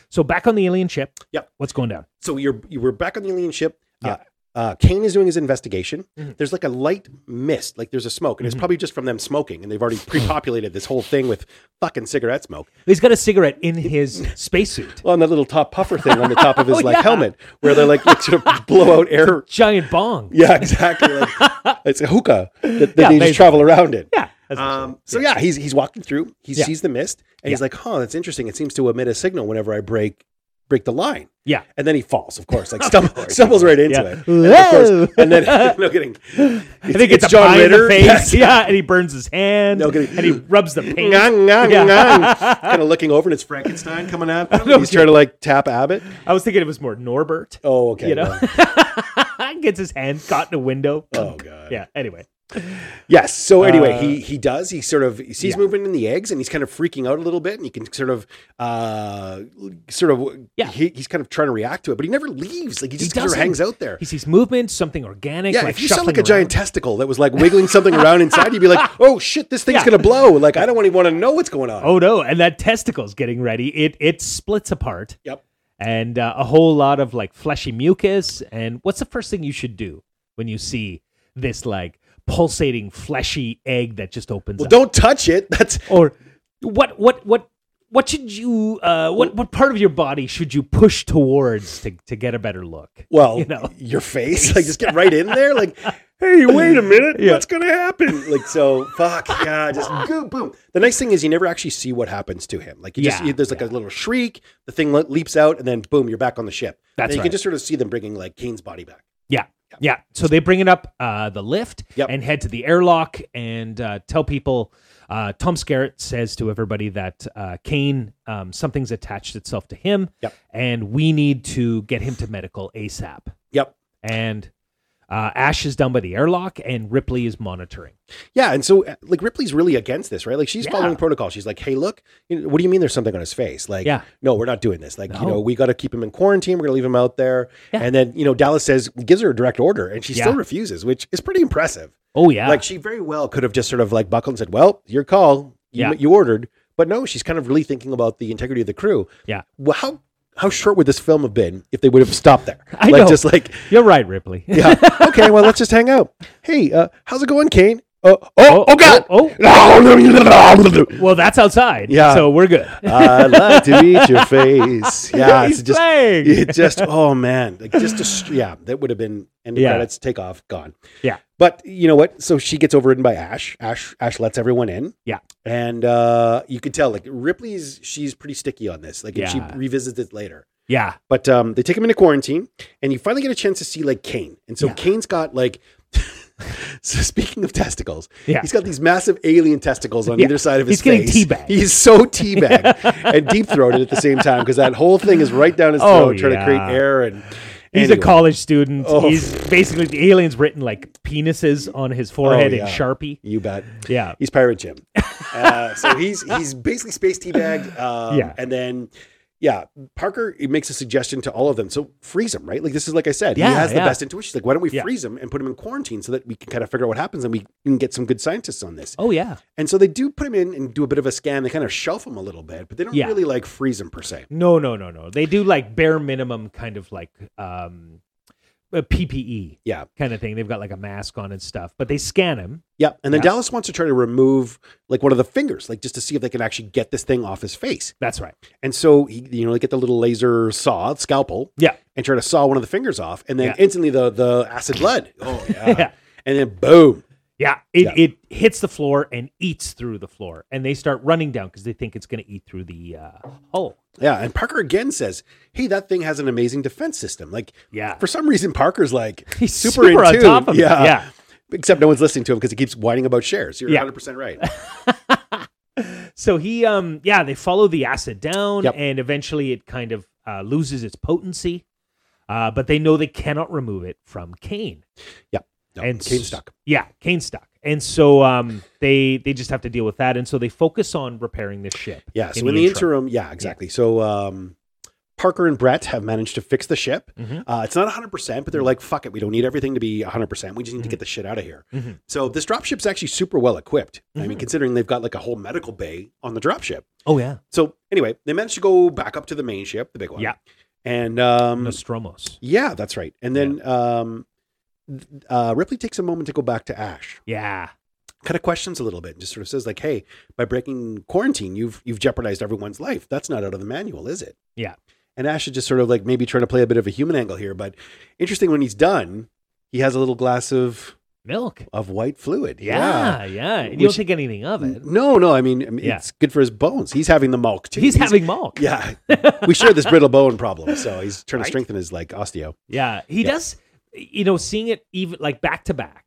So back on the alien ship. Yep. What's going down? so you're you were back on the alien ship. Yeah. Uh, uh, Kane is doing his investigation. Mhm. There's like a light mist, like there's a smoke, and it's Mhm. probably just from them smoking, and they've already pre-populated this whole thing with fucking cigarette smoke. He's got a cigarette in his spacesuit. Well, and that little top puffer thing on the top of his Oh, like yeah. helmet, where they're like, like sort of blow out air. Giant bong. Yeah, exactly. Like, it's a hookah that, that Yeah, they basically. just travel around in. Yeah. that's Um, actually- so yeah, he's he's walking through. He Yeah. sees the mist, and he's like, "Huh, that's interesting. It seems to emit a signal whenever I break break the line." Yeah. and then he falls, of course, like stum- course. stumbles right into Yeah. it. And, of course, and Whoa. then no kidding. It's, I think it's, John Ritter. Yeah, and he burns his hand. No kidding. and he rubs the paint. Yeah. kind of looking over, and it's Frankenstein coming at him. he's trying to like tap Abbott. I was thinking it was more Norbert. Oh, okay. you know, well, gets his hand caught in a window. oh god. Yeah. Anyway, Yes. So anyway, Uh, he he does. He sort of he sees yeah. movement in the eggs, and he's kind of freaking out a little bit. And he can sort of, uh, sort of, Yeah. He, he's kind of trying to react to it, but he never leaves. Like he He just sort of doesn't. hangs out there. He sees movement, something organic. yeah, like if you saw shuffling like a around. giant testicle that was like wiggling something around inside, you'd be like, "Oh shit, this thing's Yeah. gonna blow!" Like I don't even want to know what's going on. Oh no! And that testicle's getting ready. It it splits apart. Yep. And uh, a whole lot of like fleshy mucus. And what's the first thing you should do when you see this like pulsating fleshy egg that just opens Well, up? don't touch it. That's Or what what what what should you uh, what what part of your body should you push towards to to get a better look? well, You know. your face. Like just get right in there. Like, hey, wait a minute, Yeah. what's gonna happen? Like so, fuck yeah, just go boom. The nice thing is you never actually see what happens to him. Like you just Yeah, you- there's like a little shriek, the thing le- leaps out, and then boom, you're back on the ship. That's and you right. can just sort of see them bringing like Kane's body back. Yeah. Yeah. So they bring it up uh, the lift Yep. and head to the airlock and uh, tell people. Uh, Tom Skerritt says to everybody that uh, Kane, um, something's attached itself to him, Yep. and we need to get him to medical ASAP. Yep. And uh, Ash is done by the airlock, and Ripley is monitoring. Yeah, and so uh, like Ripley's really against this, right? Like she's Yeah. following protocol. She's like, "Hey, look, you know, what do you mean there's something on his face? Like, Yeah. no, we're not doing this. Like, you No. know, we got to keep him in quarantine. We're gonna leave him out there." Yeah. And then you know, Dallas says gives her a direct order, and she still Yeah. refuses, which is pretty impressive. Oh yeah, Like she very well could have just sort of like buckled and said, "Well, your call. You, Yeah. you ordered." But no, she's kind of really thinking about the integrity of the crew. Yeah. Well, how how short would this film have been if they would have stopped there? I like know. just like you're right, Ripley. yeah. Okay, well, let's just hang out. Hey, uh, how's it going, Kane? Uh, oh, oh, God. Oh, I'd well, that's outside. Yeah. so we're good. like to meet your face. Yeah, He's it's just, playing. it just, oh man, like just, a, str- yeah, that would have been end of Yeah. credits, take off, gone. Yeah. but you know what? So she gets overridden by Ash. Ash, Ash lets everyone in. Yeah. and uh, you could tell like Ripley's, she's pretty sticky on this. Like, and Yeah. she revisits it later. yeah, But um, they take him into quarantine, and you finally get a chance to see like Kane. And so Yeah. Kane's got like. so speaking of testicles, Yeah. he's got these massive alien testicles on Yeah. either side of his He's getting face. teabagged. He's so teabagged and deep throated at the same time because that whole thing is right down his Oh, throat, trying to create yeah. air. And He's Anyway. a college student. Oh. He's basically the aliens written like penises on his forehead yeah. in Sharpie. You bet. Yeah. He's Pirate Jim. uh, so he's he's basically space teabagged. Um, Yeah. And then, yeah, Parker he makes a suggestion to all of them. So freeze him, right? Like this is like I said, he Yeah, has the yeah. best intuition. He's like, why don't we Yeah. freeze him and put him in quarantine so that we can kind of figure out what happens and we can get some good scientists on this. Oh yeah. And so they do put him in and do a bit of a scan. They kind of shelf him a little bit, but they don't Yeah. really like freeze him per se. No, no, no, no. They do like bare minimum kind of like um a PPE Yeah. kind of thing. They've got like a mask on and stuff, but they scan him. Yeah. And then Yeah. Dallas wants to try to remove like one of the fingers, like just to see if they can actually get this thing off his face. That's right. And so he, you know, they get the little laser saw, scalpel, Yeah. and try to saw one of the fingers off, and then Yeah. instantly the the acid blood. Oh yeah. Yeah. And then boom. Yeah. It Yeah. it hits the floor and eats through the floor. And they start running down because they think it's gonna eat through the uh hull. Yeah. And Parker again says, Hey, that thing has an amazing defense system. Like Yeah. for some reason Parker's like He's super, in on tune. top of it. yeah. Yeah. Except no one's listening to him because he keeps whining about shares. You're Yeah. 100% right. So he, um, yeah, they follow the acid down, Yep. and eventually it kind of uh, loses its potency. Uh, but they know they cannot remove it from Kane. No, And Kane's s- stuck. Yeah, Kane's stuck, and so um, they they just have to deal with that. And so they focus on repairing this ship. Yeah. So in, the interim, yeah, exactly. So um, Parker and Brett have managed to fix the ship. Mhm. Uh, it's not 100%, but they're like, fuck it. We don't need everything to be 100%. We just need to Mhm. get the shit out of here. Mhm. So this dropship's actually super well equipped. I mean, Mhm. considering they've got like a whole medical bay on the dropship. oh yeah, So anyway, they managed to go back up to the main ship, the big one. Yeah. And um, Nostromos. yeah, that's right. And then um, th- uh, Ripley takes a moment to go back to Ash Yeah, kind of questions a little bit and just sort of says like hey by breaking quarantine you've you've jeopardized everyone's life that's not out of the manual is it Yeah. and ash is just sort of like maybe trying to play a bit of a human angle here but interesting when he's done he has a little glass of milk. of white fluid Yeah, yeah. You Which- don't think anything of Yeah. it. no no i mean I mean, Yeah. it's good for his bones he's having the mulk too He's, having milk. yeah we share this brittle bone problem so he's trying to Right. strengthen his like osteo Yeah, he Yeah. does. You know, seeing it even like back to back,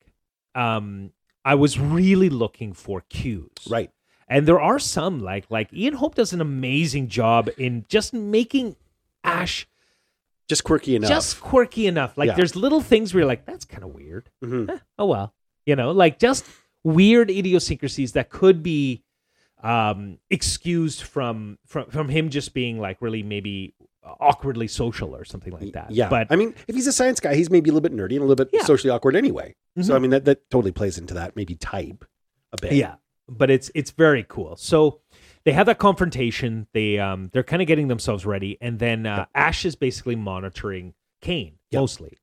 um, I was really looking for cues. right And there are some like like Ian Hope does an amazing job in just making Ash just quirky enough just quirky enough. Like Yeah. there's little things where you're like, that's kind of weird. Mhm. Oh well. you know, like just weird idiosyncrasies that could be um, excused from from from him just being like really maybe awkwardly social or something like that. Yeah. but I mean, if he's a science guy, he's maybe a little bit nerdy and a little bit Yeah. socially awkward anyway. Mhm. So I mean, that that totally plays into that maybe type a bit. Yeah, but it's it's very cool. So they have that confrontation. They um they're kind of getting themselves ready, and then uh, Ash is basically monitoring Kane Yeah. mostly.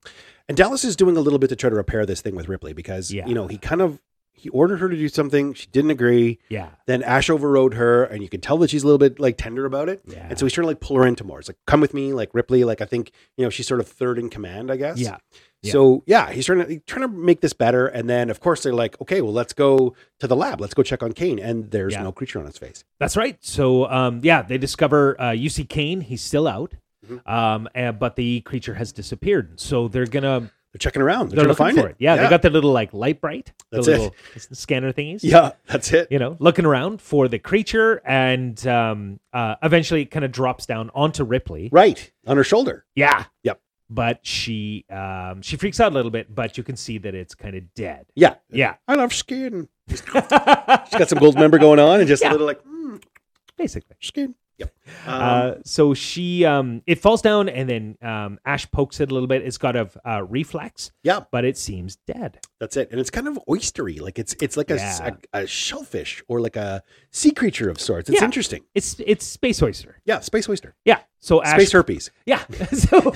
And Dallas is doing a little bit to try to repair this thing with Ripley because Yeah. you know he kind of he ordered her to do something she didn't agree. Yeah, Then Ash overrode her, and you can tell that she's a little bit like tender about it. yeah, And so he's trying to like pull her into more. It's like, come with me, like Ripley. Like I think you know she's sort of third in command, I guess. yeah, Yeah. So yeah, he's trying to he's trying to make this better. And then of course they're like, okay, well let's go to the lab. Let's go check on Kane. And there's Yeah. no creature on his face. that's right. So um yeah, they discover uh, UC Kane. He's still out. Mhm. Um, and, but the creature has disappeared, so they're gonna They're checking around. they're, They're, trying to looking find for it. it. Yeah, they got their little like light bright, That's the it. little scanner thingies. Yeah, that's it. you know, looking around for the creature, and um, uh, eventually it kind of drops down onto Ripley. Right on her shoulder. Yeah. Yep. But she um, she freaks out a little bit, but you can see that it's kind of dead. Yeah, Yeah. I love skin. She's She's got some gold member going on, and just Yeah. a little like mm, basically. skin. Yep. Um, uh, so she um, it falls down and then um, Ash pokes it a little bit. It's got a uh, reflex, yeah, but it seems dead. that's it. And it's kind of oystery. Like it's it's like a, s- Yeah. a- a shellfish or like a sea creature of sorts. It's Yeah. interesting. It's it's space oyster. Yeah, space oyster, Yeah. So Ash. space herpes, Yeah. so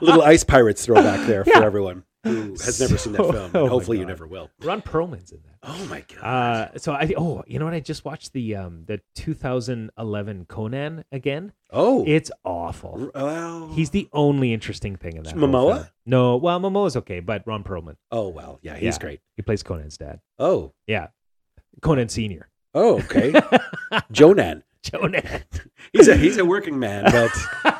little ice pirates throwback there Yeah. for everyone who has never seen that So- film. and oh my hopefully, you God. never will. Ron Perlman's in that. Oh my god. Uh, so I oh you know what I just watched the um the 2011 Conan again. oh, It's awful. well, He's the only interesting thing in that. whole Momoa? film. No, well, Momoa's okay, but Ron Perlman. Oh well, yeah, he's Yeah. great. He plays Conan's dad. Oh, Yeah. Conan Senior. oh, okay. Jonan. Conan. He's a he's a working man, but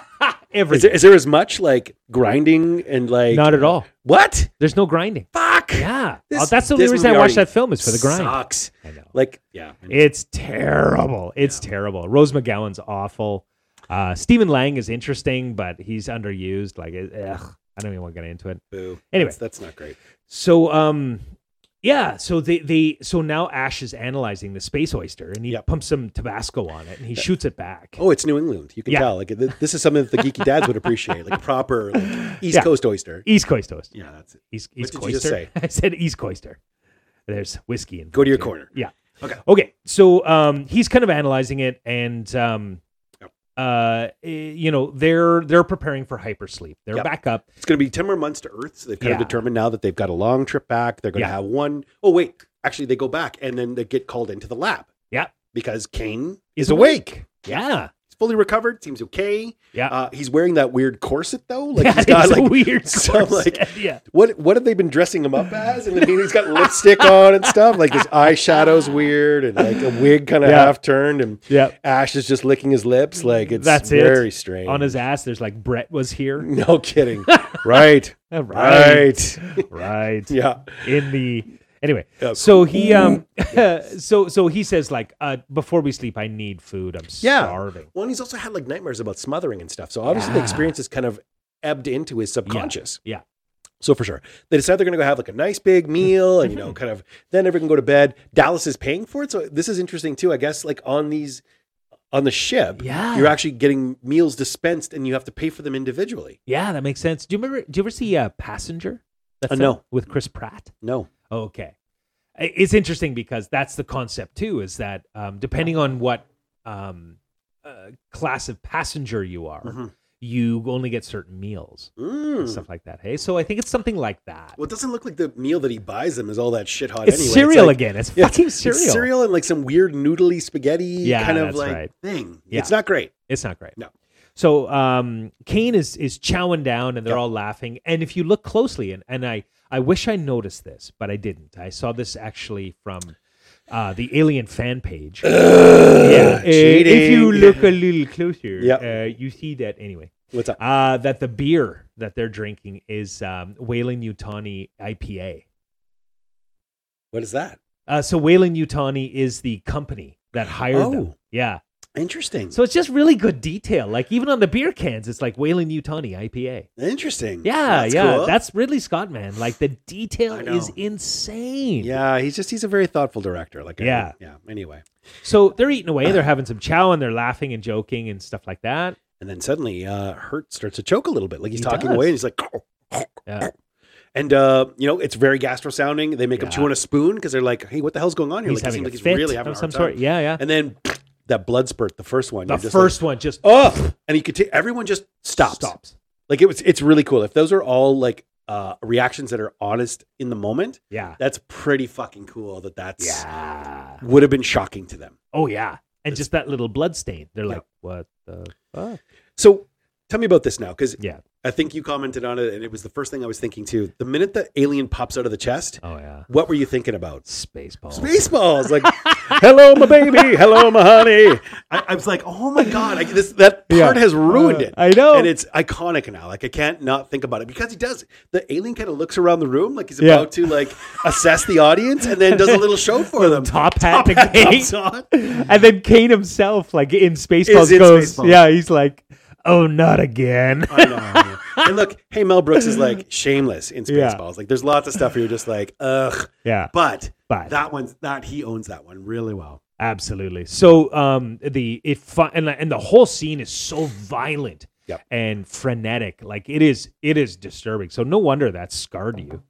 Every is there, is there as much like grinding and like not at all. what? There's no grinding. Fuck. Yeah. This- Oh, that's the only this reason I movie watched already that film is for the grind. Sucks. I know. Like yeah. It's terrible. It's terrible. Rose McGowan's awful. Uh, Stephen Lang is interesting, but he's underused. Like, it- ugh, I don't even want to get into it. Boo. Anyway. That's- that's not great. So um yeah, so they they so now Ash is analyzing the space oyster and he Yep. pumps some Tabasco on it and he shoots it back. Oh, it's New England. You can Yeah. tell. Like th- this is something that the geeky dads would appreciate, like proper like, East Yeah. Coast oyster. East Coast oyster. Yeah, that's it. East East did you just Coyster. say? I said East Coyster. There's whiskey and Go to your corner. Yeah. Okay. Okay. So um he's kind of analyzing it and um Yep. uh eh, you know, they're they're preparing for hypersleep. They're Yep. back up. It's going to be ten more months to Earth, so they've kind Yeah. of determined now that they've got a long trip back. They're going Yeah. to have one oh wait, actually, they go back and then they get called into the lab. Yeah. because Kane is awake. Yeah. He's fully recovered. Seems okay. Yeah. Uh, he's wearing that weird corset though. Like yeah, he's got it's a like weird some, corset. yeah. What what have they been dressing him up as? And then he's got lipstick on and stuff. Like his eyeshadow's weird and like a wig kind of Yeah. half turned and Yeah. Ash is just licking his lips. Like it's That's it. very strange. On his ass there's like Brett was here. no kidding. right. All right. Mm. Right. right Yeah. in the anyway Yeah. so he um so so he says like uh before we sleep i need food i'm Yeah. starving Well, and he's also had like nightmares about smothering and stuff. So obviously Yeah. the experience has kind of ebbed into his subconscious. Yeah. So for sure. They decide they're gonna go have like a nice big meal and you know, kind of then everyone can go to bed. Dallas is paying for it. So this is interesting too, I guess, like on these on the ship. yeah You're actually getting meals dispensed and you have to pay for them individually. yeah that makes sense do you remember do you ever see uh passenger that's Uh, no. with chris pratt Oh, No. okay I- it's interesting because that's the concept too is that um depending on what um uh, class of passenger you are Mm-hmm. you only get certain meals and Mm. stuff like that hey so i think it's something like that Well, it doesn't look like the meal that he buys them is all that shit hot it's anyway. cereal like- again it's Yeah, fucking it's cereal. cereal and like some weird noodly spaghetti Yeah, kind of that's like right. thing. Yeah. It's not great. It's not great. No. So um, Kane is is chowing down, and they're Yep. all laughing. And if you look closely, and and I I wish I noticed this, but I didn't. I saw this actually from uh, the Alien fan page. yeah. uh, If you cheating. look a little closer, Yep. uh, you see that anyway. What's up? Uh, that the beer that they're drinking is um, Whaling Utani IPA. What is that? Uh, so Whaling Utani is the company that hired them. Oh. Yeah. Interesting. So it's just really good detail. Like even on the beer cans, it's like Wayland Utani IPA. Interesting. Yeah, That's yeah. cool. That's Ridley Scott, man. Like the detail I know. is insane. yeah. He's just he's a very thoughtful director. Like I- Yeah. yeah. Anyway, So they're eating away, they're having some chow and they're laughing and joking and stuff like that. and then suddenly uh, Hurt starts to choke a little bit. Like he's He talking does. away, and he's like. Yeah. And uh, you know it's very gastro sounding. They make him Yeah. chew on a spoon because they're like, "Hey, what the hell's going on here?" He's like, it having seems a like he's fit really having of a some hard time. sort. Yeah, yeah. And then that blood spurt, the first one. the you're just first one just like, oh, and he could. everyone just stops. stops. Like it was. It's really cool. If those are all like uh, reactions that are honest in the moment, Yeah. that's pretty fucking cool. That that's Yeah. would have been shocking to them. Oh yeah. And just that little blood stain. They're Yeah. like, what the fuck? So tell me about this now, because Yeah. I think you commented on it, and it was the first thing I was thinking too. The minute the alien pops out of the chest, Oh yeah. what were you thinking about? Spaceballs. Spaceballs, like, hello, my baby, hello, my honey. I, I was like, oh my god, I, this that Yeah. part has ruined Uh, it. I know. and it's iconic now. Like I can't not think about it because he does. The alien kind of looks around the room like he's Yeah. about to like assess the audience, and then does a little show for them. top hat to Top hat Kane. comes on. and then Kane himself, like in Spaceballs, Is in goes, Spaceballs. yeah, he's like, oh, not again. I know. and look, hey, Mel Brooks is like shameless in Yeah. Spaceballs. Like there's lots of stuff where you're just like, ugh. yeah, But but that one's that he owns that one really well. absolutely. So, um, the it fi- and and the whole scene is so violent Yep. and frenetic, like it is, it is disturbing. So no wonder that scarred you,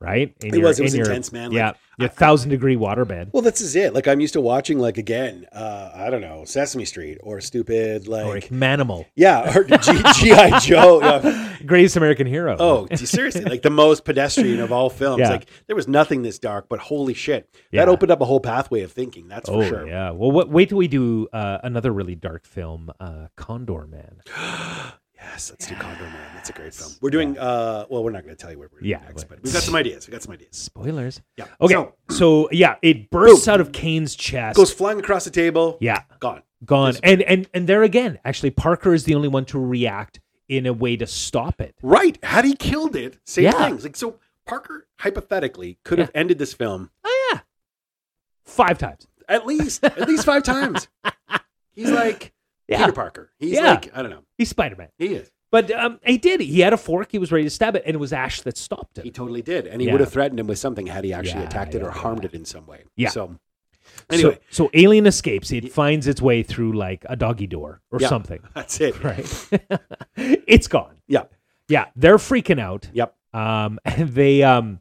right? In It was- it in was intense, man. Like, yeah, your thousand degree waterbed. Well, this is it. Like I'm used to watching like again, uh, I don't know, Sesame Street or stupid Or like Manimal, yeah, or G- GI Joe. yeah. greatest American hero. uh, Oh, d- seriously, like the most pedestrian of all films. Yeah. Like there was nothing this dark, but holy shit, Yeah. that opened up a whole pathway of thinking. That's Oh for sure. yeah. Well, what, wait till we do uh, another really dark film, uh, Condor Man. Yes, let's do Condor Man. That's a great film. We're doing. Uh, well, we're not going to tell you what we're doing Yeah, next, but- but we've got some ideas. We've got some ideas. Spoilers. Yeah. Okay. So, So- yeah, it bursts out of Kane's chest. Goes flying across the table. yeah, Gone. gone. And and and there again, actually, Parker is the only one to react in a way to stop it. Right. Had he killed it, same Yeah. things. Like so, Parker hypothetically could have ended this film Oh yeah, five times. at least at least five times. He's like Yeah, Peter Parker. He's Yeah. like I don't know. he's Spider Man. He is. But um, he did. He had a fork. He was ready to stab it, and it was Ash that stopped He it. totally did, and he Yeah. would have threatened him with something had he actually Yeah, attacked it yeah, or yeah. harmed it in some way. Yeah. So anyway, so, so alien escapes. It finds its way through like a doggy door or Yeah. something. that's it. Right. it's gone. Yeah. Yeah. They're freaking out. Yep. Um, and they um,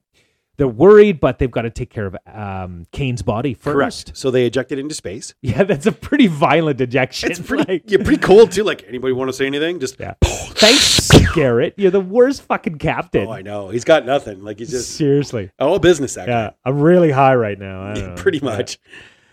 they're worried, but they've got to take care of um Kane's body first. Correct. So they ejected into space. Yeah, that's a pretty violent ejection. It's pretty, Like, yeah, pretty cool too. Like, anybody want to say anything? Just, Yeah. thanks, Garrett. You're the worst fucking captain. oh, I know. He's got nothing. Like, he's just Seriously. all business act. Yeah, I'm really high right now. I don't know. pretty much.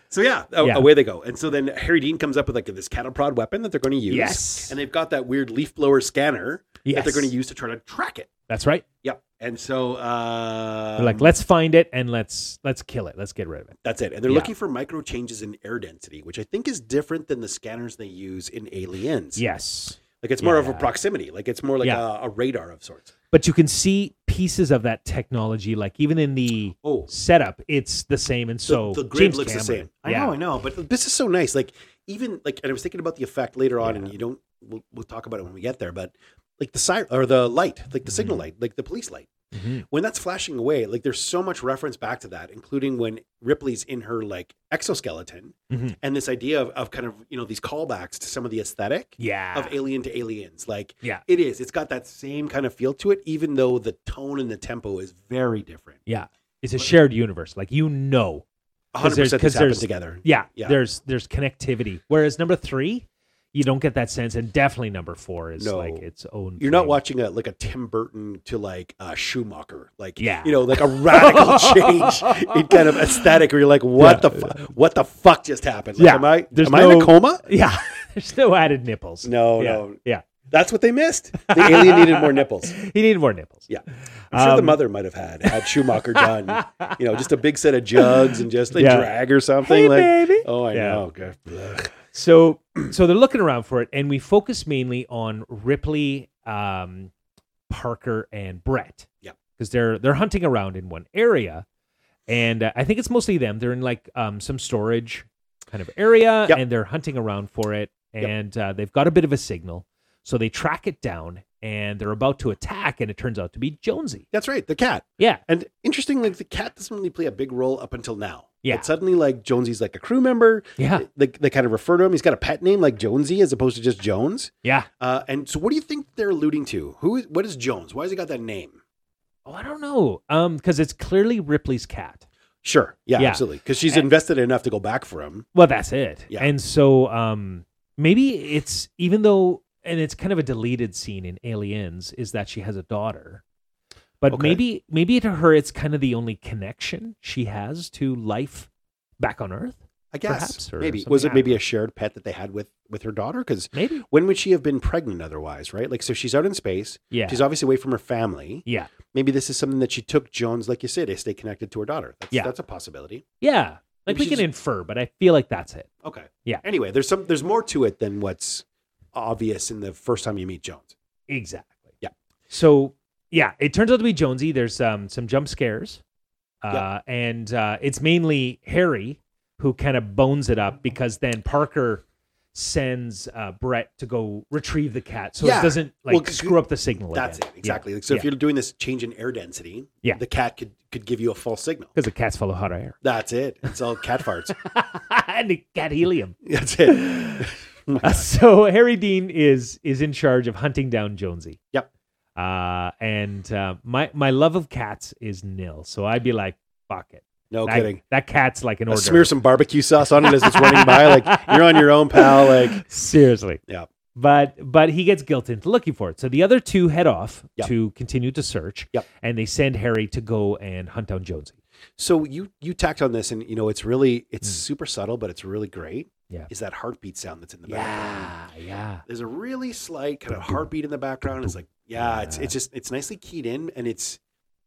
So yeah, a- Yeah. away they go. And so then Harry Dean comes up with like this cattle prod weapon that they're going to use. Yes. And they've got that weird leaf blower scanner that Yes. they're going to use to try to track it. That's right. Yep. And so uh They're like, let's find it and let's let's kill it. Let's get rid of it. that's it. And they're Yeah. looking for micro changes in air density, which I think is different than the scanners they use in aliens. Yes. Like it's more of a Yeah. proximity. Like it's more like Yeah. a, a radar of sorts. But you can see pieces of that technology, like even in the Oh, setup, it's the same. And so the, the grid James looks the Cameron- same. I yeah. know, I know, but this is so nice. Like even like, and I was thinking about the effect later on, and you don't. We'll, we'll talk about it when we get there, but like the siren or the light, like the Mm-hmm. signal light, like the police light, Mhm. when that's flashing away, like there's so much reference back to that, including when Ripley's in her like exoskeleton, Mhm. and this idea of, of kind of you know these callbacks to some of the aesthetic Yeah. of Alien to Aliens, like Yeah. it is. It's got that same kind of feel to it, even though the tone and the tempo is very different. Yeah. It's a shared universe. Like you know. 'Cause 100% there's- this 'cause happened there's- together. Yeah, Yeah. There's there's connectivity. Whereas number three, you don't get that sense, and definitely number four is No. like its own. You're not thing. watching a like a Tim Burton to like a Schumacher, like Yeah. you know, like a radical change in kind of aesthetic, where you're like, what the fu- what the fuck just happened? Like, Yeah. am I There's am I in no- a coma? Yeah, there's no added nipples. No, yeah. no, Yeah, that's what they missed. The alien needed more nipples. he needed more nipples. Yeah, I'm sure the Um, mother might have had had Schumacher done, you know, just a big set of jugs and just like Yeah. drag or something. Hey, like, baby. oh, I Yeah. know. Okay. Ugh. So so they're looking around for it, and we focus mainly on Ripley, um, Parker, and Brett. Yeah. because they're they're hunting around in one area, and uh, I think it's mostly them. They're in like um, some storage kind of area Yep. and they're hunting around for it Yep. and uh, they've got a bit of a signal so they track it down and they're about to attack and it turns out to be jonesy That's right, the cat. yeah And interesting, like the cat doesn't really play a big role up until now. Yeah. But suddenly, like Jonesy's like a crew member. yeah They, they kind of refer to him. He's got a pet name like Jonesy as opposed to just Jones. yeah Uh, and so, what do you think they're alluding to? Who? Is, what is Jones? Why has he got that name? oh i don't know um because it's clearly ripley's cat Sure. Yeah, Yeah. absolutely. Because she's And- invested enough to go back for him. Well, that's it. Yeah. And so um maybe it's even though and it's kind of a deleted scene in Aliens is that she has a daughter. But Okay. maybe maybe to her it's kind of the only connection she has to life back on Earth. I guess. Perhaps, or maybe something, was it I don't maybe a shared pet that they had with with her daughter? Because Maybe. when would she have been pregnant otherwise? Right. Like so, she's out in space. Yeah. She's obviously away from her family. yeah. Maybe this is something that she took Jones, like you say, to stay connected to her daughter. That's, Yeah. That's a possibility. Yeah. Like Maybe we can she's- infer, but I feel like that's it. Okay. Yeah. Anyway, there's some there's more to it than what's obvious in the first time you meet Jones. Exactly. Yeah. So yeah, it turns out to be Jonesy. There's um, some jump scares, uh, Yeah. and uh, it's mainly Harry who kind of bones it up because then Parker sends uh, Brett to go retrieve the cat, so Yeah. it doesn't like Well, 'cause screw up the signal. That's it. Exactly. Like, so if you're doing this change in air density, Yeah. the cat could could give you a false signal. because the cats follow hot air That's it. It's all cat farts. and the cat helium. That's it. Uh, so Harry Dean is is in charge of hunting down Jonesy. Yep. Uh, and uh, my my love of cats is nil, so I'd be like, fuck it. No that, Oh, kidding. That cat's like an Uh, order. smear some barbecue sauce on it as it's running by. Like you're on your own, pal. Like Seriously. Yeah. But but he gets guilt into looking for it. So the other two head off Yep. to continue to search. Yep. And they send Harry to go and hunt down Jonesy. so you you tacked on this, and you know it's really it's Mm. super subtle, but it's really great. Yeah. is that heartbeat sound that's in the background? Yeah. Yeah. There's a really slight kind of heartbeat in the background. It's like yeah, it's it's just it's nicely keyed in, and it's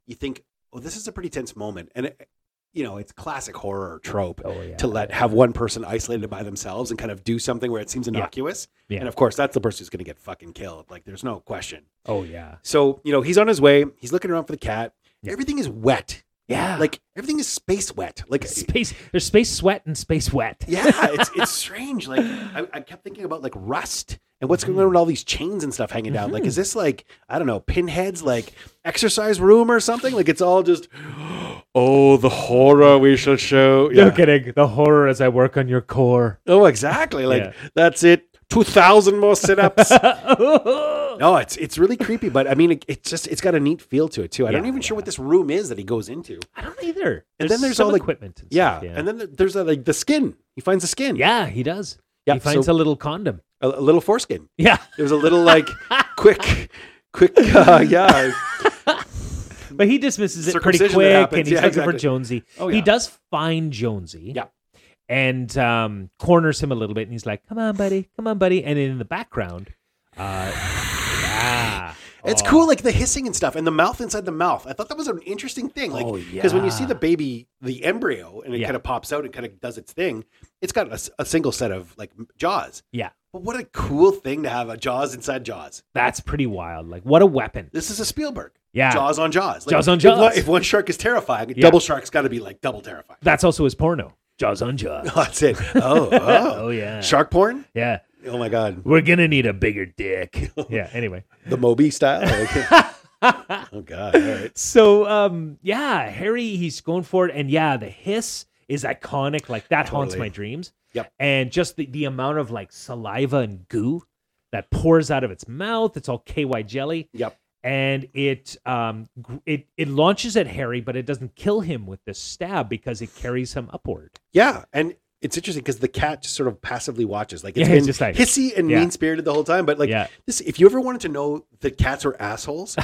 you think oh this is a pretty tense moment, and it, you know it's classic horror trope. Oh yeah. to let have one person isolated by themselves and kind of do something where it seems innocuous. Yeah. And of course, that's the person who's going to get fucking killed. Like, there's no question. Oh yeah. So, you know, he's on his way. He's looking around for the cat. Yeah. Everything is wet. Yeah. Like, everything is space wet. Like, space there's space sweat and space wet. yeah, it's, it's strange. Like, I, I kept thinking about like rust and what's Mm. going on with all these chains and stuff hanging down. Mm-hmm. Like, is this like, I don't know, pinheads, like exercise room or something? Like, it's all just, oh, the horror we shall show. No kidding. The horror as I work on your core. Oh, exactly. Like Yeah. that's it. Two thousand more sit-ups. no. no, it's it's really creepy, but I mean, it, it's just it's got a neat feel to it too. I don't Yeah, even sure what this room is that he goes into. I don't either. And then there's some all the- equipment. and Yeah, stuff, and then there- there's a, like the skin. He finds the skin. yeah, he does. yeah. he finds so a little condom. a, a little foreskin. Yeah. It was a little like quick, quick. Uh, yeah, But he dismisses it pretty Circumcision that quick, happens. and he's Yeah, looking exactly. for Jonesy. Oh, yeah. He does find Jonesy. Yeah. And um, corners him a little bit, and he's like, "Come on, buddy, come on, buddy." And in the background, uh, yeah, it's Oh, cool, like the hissing and stuff, and the mouth inside the mouth. I thought that was an interesting thing, like Oh, because when you see yeah. the baby, the embryo, and it Yeah. kind of pops out and kind of does its thing, it's got a, s- a single set of like m- jaws. Yeah. But what a cool thing to have a jaws inside jaws. That's pretty wild. Like, what a weapon! This is a Spielberg. Yeah, Jaws on jaws. Jaws on if one- If jaws. one, shark is terrifying, Yeah. double shark's got to be like double terrifying. that's also his porno. Jaws on jaws. That's it. Oh, oh. oh yeah, shark porn. yeah. Oh my god, We're gonna need a bigger dick. yeah. Anyway. the Moby style. Okay. oh god. All right. So um yeah, Harry he's going for it and yeah, the hiss is iconic. Like that haunts Totally. my dreams. Yep. And just the, the amount of like saliva and goo that pours out of its mouth, it's all KY jelly Yep. and it um gr- it it launches at Harry but it doesn't kill him with this stab because it carries him upward. Yeah, and it's interesting because the cat just sort of passively watches. Like it's Yeah, been it's just like- hissy and yeah. mean spirited the whole time. But like Yeah. this, if you ever wanted to know that cats are assholes,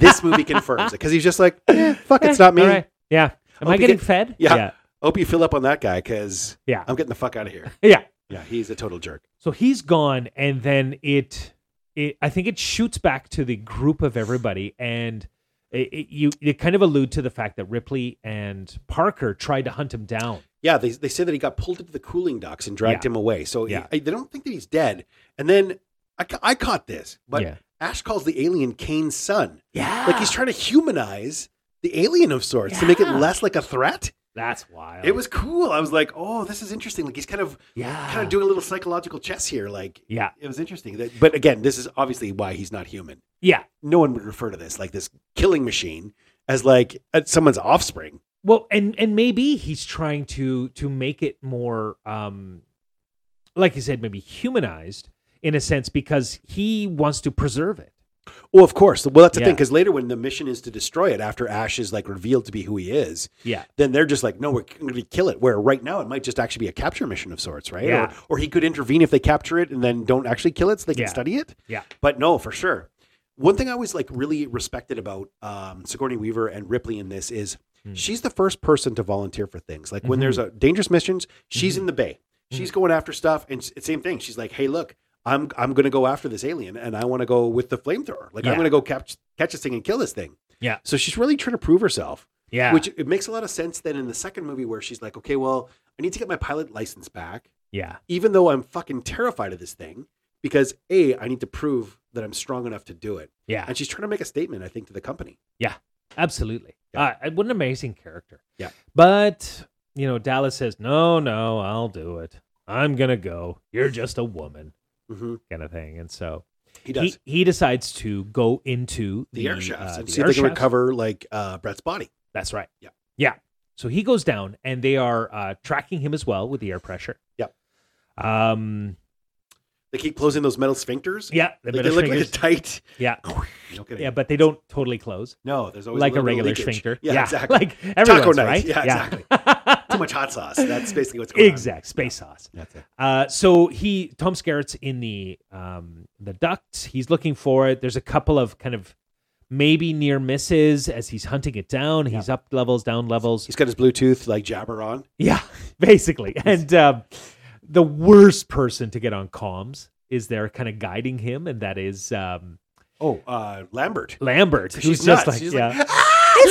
this movie confirms it because he's just like, eh, fuck, it's Eh, not me. all right. Yeah. Am Hope I you getting get- fed? Yeah. Yeah. Hope you fill up on that guy because Yeah. I'm getting the fuck out of here. yeah. Yeah, he's a total jerk. So he's gone, and then it, it I think it shoots back to the group of everybody, and it, it, you it kind of allude to the fact that Ripley and Parker tried to hunt him down. Yeah, they, they say that he got pulled into the cooling docks and dragged Yeah. him away. So he- Yeah. I, they don't think that he's dead. And then I, ca- I caught this, but yeah, Ah. Ash calls the alien Kane's son. yeah, Like he's trying to humanize the alien of sorts to make it Yeah. less like a threat. That's wild. It was cool. I was like, oh, this is interesting. Like he's kind of yeah. kind of doing a little psychological chess here. Like yeah. it was interesting. That, but again, this is obviously why he's not human. Yeah. No one would refer to this like this killing machine as like uh, someone's offspring. Well, and and maybe he's trying to to make it more um like you said maybe humanized in a sense because he wants to preserve it. Well, of course. Well, that's the thing Yeah. because later when the mission is to destroy it after Ash is like revealed to be who he is, Yeah. then they're just like, no, we're going to kill it. Where right now it might just actually be a capture mission of sorts, right? Yeah. Or, or he could intervene if they capture it and then don't actually kill it so they can Yeah. study it. Yeah. But no, for sure. One thing I always like really respected about um, Sigourney Weaver and Ripley in this is Hmm. she's the first person to volunteer for things. Like when Mhm. there's a dangerous missions, she's Mhm. in the bay. She's going after stuff, and s- same thing. She's like, "Hey, look, I'm I'm going to go after this alien, and I want to go with the flamethrower. Like Yeah. I'm going to go catch catch this thing and kill this thing." Yeah. So she's really trying to prove herself. Yeah. Which it makes a lot of sense then in the second movie where she's like, okay, well, I need to get my pilot license back, yeah. even though I'm fucking terrified of this thing, because A, I need to prove that I'm strong enough to do it. Yeah. And she's trying to make a statement, I think, to the company. Absolutely. Uh, what an amazing character. Yeah. But, you know, Dallas says, no, no, I'll do it. I'm going to go. You're just a woman, Mm-hmm. kind of thing. And so He does. he, he decides to go into the, the, air shafts uh, and the see if air they can shafts. recover like uh, Brett's body. That's right. Yeah. Yeah. So he goes down and they are uh, tracking him as well with the air pressure. Yep. Um, They keep closing those metal sphincters. yeah. The Like, they middle look like fingers. a tight. yeah. No kidding. Yeah. But they don't totally close No, there's always like a little bit of regular leakage. sphincter. Yeah, exactly. Like everyone's, night. right? Yeah, Too much hot sauce. That's basically what's going exact. Space sauce. on. Exactly. Uh, so he Tom Skerritt's in the um, the ducts. He's looking for it. There's a couple of kind of maybe near misses as he's hunting it down. He's up levels, down levels. He's got his Bluetooth like jabber on. Yeah, basically. And um, the worst person to get on comms is there, kind of guiding him, and that is um, Oh, uh, Lambert. Lambert, She's who's nuts. just like, She's yeah,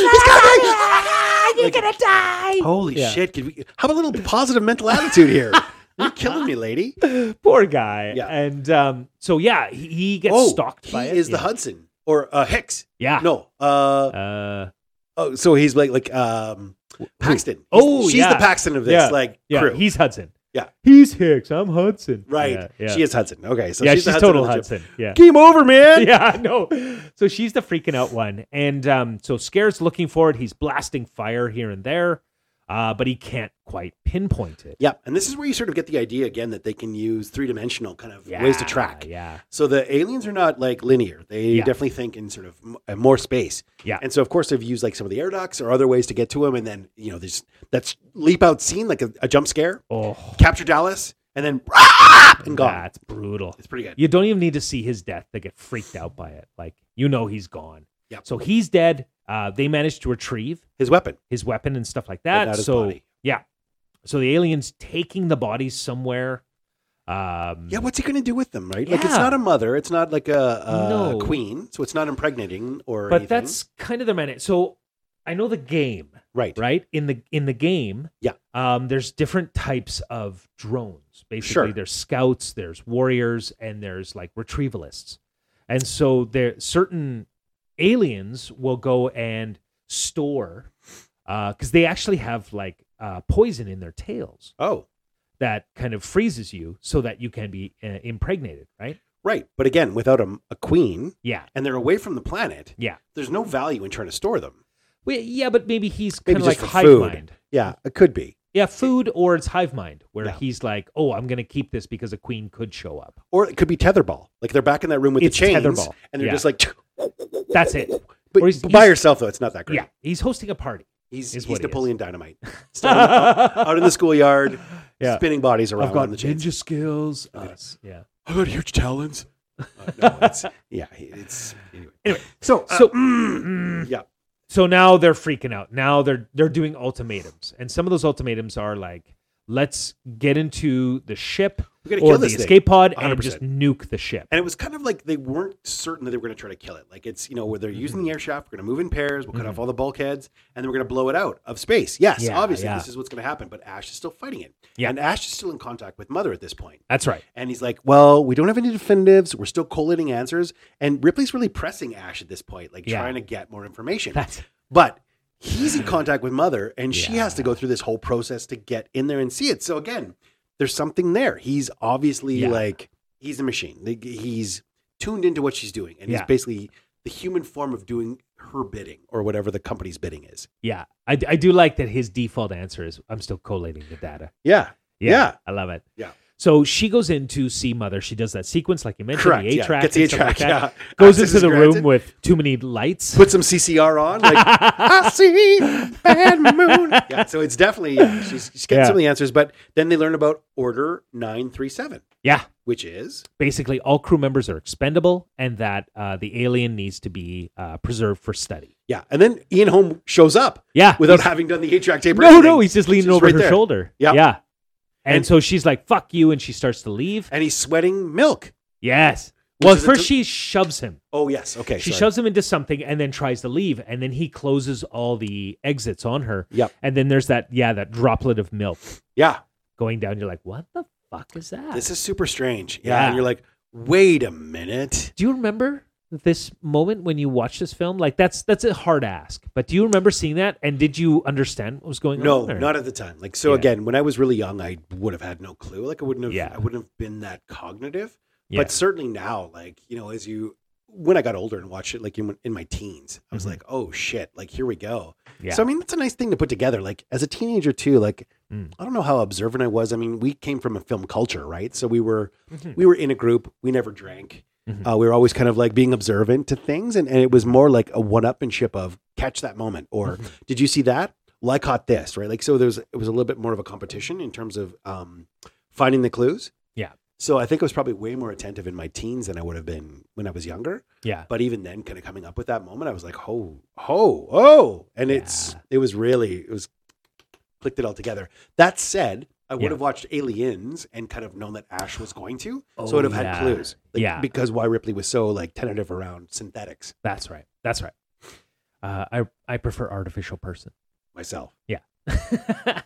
Ah, You're gonna die. Holy Yeah. shit! Could we have a little positive mental attitude here? You're killing me, lady. poor guy. Yeah. And um, so yeah, he, he gets oh, stalked he by it. is the yeah. Ah. Hudson or uh, Hicks? yeah. No. Uh, Uh, oh, so he's like like um, Paxton. He's- Oh, she's yeah. the Paxton of this Yeah. like yeah, crew, he's Hudson. Yeah. he's Hicks. I'm Hudson. right? Yeah, yeah. She is Hudson. Okay, so yeah, she's, she's, the Hudson total of the gym. Hudson. Yeah. Game over, man. yeah, I know. So she's the freaking out one. And um, so Scare's looking for it. He's blasting fire here and there, uh, but he can't quite pinpoint it. Yeah, and this is where you sort of get the idea again that they can use three dimensional kind of ways to Yeah, track. Yeah. So the aliens are not like linear. They Yeah. definitely think in sort of m- uh, more space. Yeah. And so of course they've used like some of the air ducts or other ways to get to them. And then you know there's that leap out scene like a, a jump scare, Oh, capture Dallas, and then rah, and gone. that's brutal. It's pretty good. You don't even need to see his death to get freaked out by it. Like, you know, he's gone. Yeah. So he's dead. Uh, they managed to retrieve His weapon. his weapon and stuff like but that. not his so, body. so the aliens taking the bodies somewhere. Um, yeah, what's he going to do with them? Right? Like it's Yeah. not a mother. It's not like a, a No. queen. So it's not impregnating or but anything. that's kind of the minute. So I know the game. right. right in the in the game Yeah. um there's different types of drones basically Sure. there's scouts there's warriors and there's like retrievalists and so there certain aliens will go and store uh because they actually have like uh poison in their tails Oh, that kind of freezes you so that you can be uh, impregnated right right. But again, without a, a queen, yeah and they're away from the planet. Yeah. There's no value in trying to store them. well, yeah but maybe he's Maybe kind of like just for hive food. mind Yeah, it could be. yeah food or it's hive mind where Yeah. he's like oh i'm gonna keep this because a queen could show up or it could be tetherball. Like they're back in that room with It's the chains, tetherball. and they're Yeah. just like, That's it. But, Or he's- but by he's- yourself though, it's not that great. Yeah, he's hosting a party. he's is he's what he is. Napoleon Dynamite, Still out out in the schoolyard, Yeah. spinning bodies around on the chains. skills. Okay. Yeah. I've got huge talons. Uh, no, it's, yeah, it's anyway. Anyway, so so- mm, yeah, So now they're freaking out. Now they're they're doing ultimatums, and some of those ultimatums are like, let's get into the ship we gotta or kill the this thing. escape pod and 100%. just nuke the ship. And it was kind of like they weren't certain that they were going to try to kill it. Like it's, you know, where they're using Mm-hmm. the air shaft, we're going to move in pairs, we'll cut off all the bulkheads, and then we're going to blow it out of space. Yes, Yeah, obviously, yeah. this is what's going to happen. But Ash is still fighting it. Yeah. And Ash is still in contact with Mother at this point. That's right. And he's like, well, we don't have any definitives. We're still collating answers. And Ripley's really pressing Ash at this point, like Yeah. trying to get more information. That's but he's in contact with mother and she has to Yeah. go through this whole process to get in there and see it so again there's something there he's obviously Yeah. like he's a machine Like, he's tuned into what she's doing and Yeah. he's basically the human form of doing her bidding or whatever the company's bidding is Yeah, I, d- I do like that his default answer is I'm still collating the data. yeah Yeah. I love it. Yeah. So she goes in to see mother. She does that sequence, like you mentioned, correct the A yeah. track, Gets the A-track, yeah Goes Access into is the granted. room with too many lights. put some ccr on like I see bad moon. Yeah, so it's definitely yeah, she's, she's getting Yeah. some of the answers, but then they learn about Order Nine Three Seven, yeah. which is Basically, all crew members are expendable, and that uh, the alien needs to be uh, preserved for study. yeah. And then Ian Holm shows up Yeah. without he's- having done the eight track tape. or no, anything, no, he's just leaning She's over right her there. shoulder. Yeah. Yeah. And, And- so she's like, "Fuck you," and she starts to leave. and he's sweating milk. Yes. Which Well, is a first t- she shoves him. Oh yes, okay. She sorry. shoves him into something and then tries to leave. And then he closes all the exits on her. Yep. And then there's that, yeah, that droplet of milk Yeah, going down. You're like, what the fuck is that? this is super strange. Yeah, Ah. Yeah. and you're like, wait a minute. do you remember this moment when you watched this film? Like that's that's a hard ask. But do you remember seeing that? And did you understand what was going No, on? or- not at the time. Like so Yeah. again, when I was really young, I would have had no clue. Like I wouldn't have Yeah. I wouldn't have been that cognitive. Yeah. But certainly now, like, you know, as you when I got older and watched it like in, in my teens, I was Mhm. like, oh shit, like here we go. yeah. So I mean that's a nice thing to put together. Like as a teenager too, like Mm. I don't know how observant I was. I mean, we came from a film culture, right? So we were Mhm. we were in a group, we never drank. Mhm. Uh, we were always kind of like being observant to things and, and it was more like a one-upmanship of catch that moment or did you see that? Well, I caught this, right? Like, so there's it was a little bit more of a competition in terms of um, finding the clues. Yeah. So I think I was probably way more attentive in my teens than I would have been when I was younger. yeah. But even then, kind of coming up with that moment, I was like, oh, oh, oh, and it's Yeah. it was really it was clicked it all together. That said, I would Yeah. have watched Aliens and kind of known that Ash was going to, Oh, so I would have yeah. had clues. Like, Yeah. Because why Ripley was so like tentative around synthetics That's right. That's right. Uh, I I prefer artificial person. myself.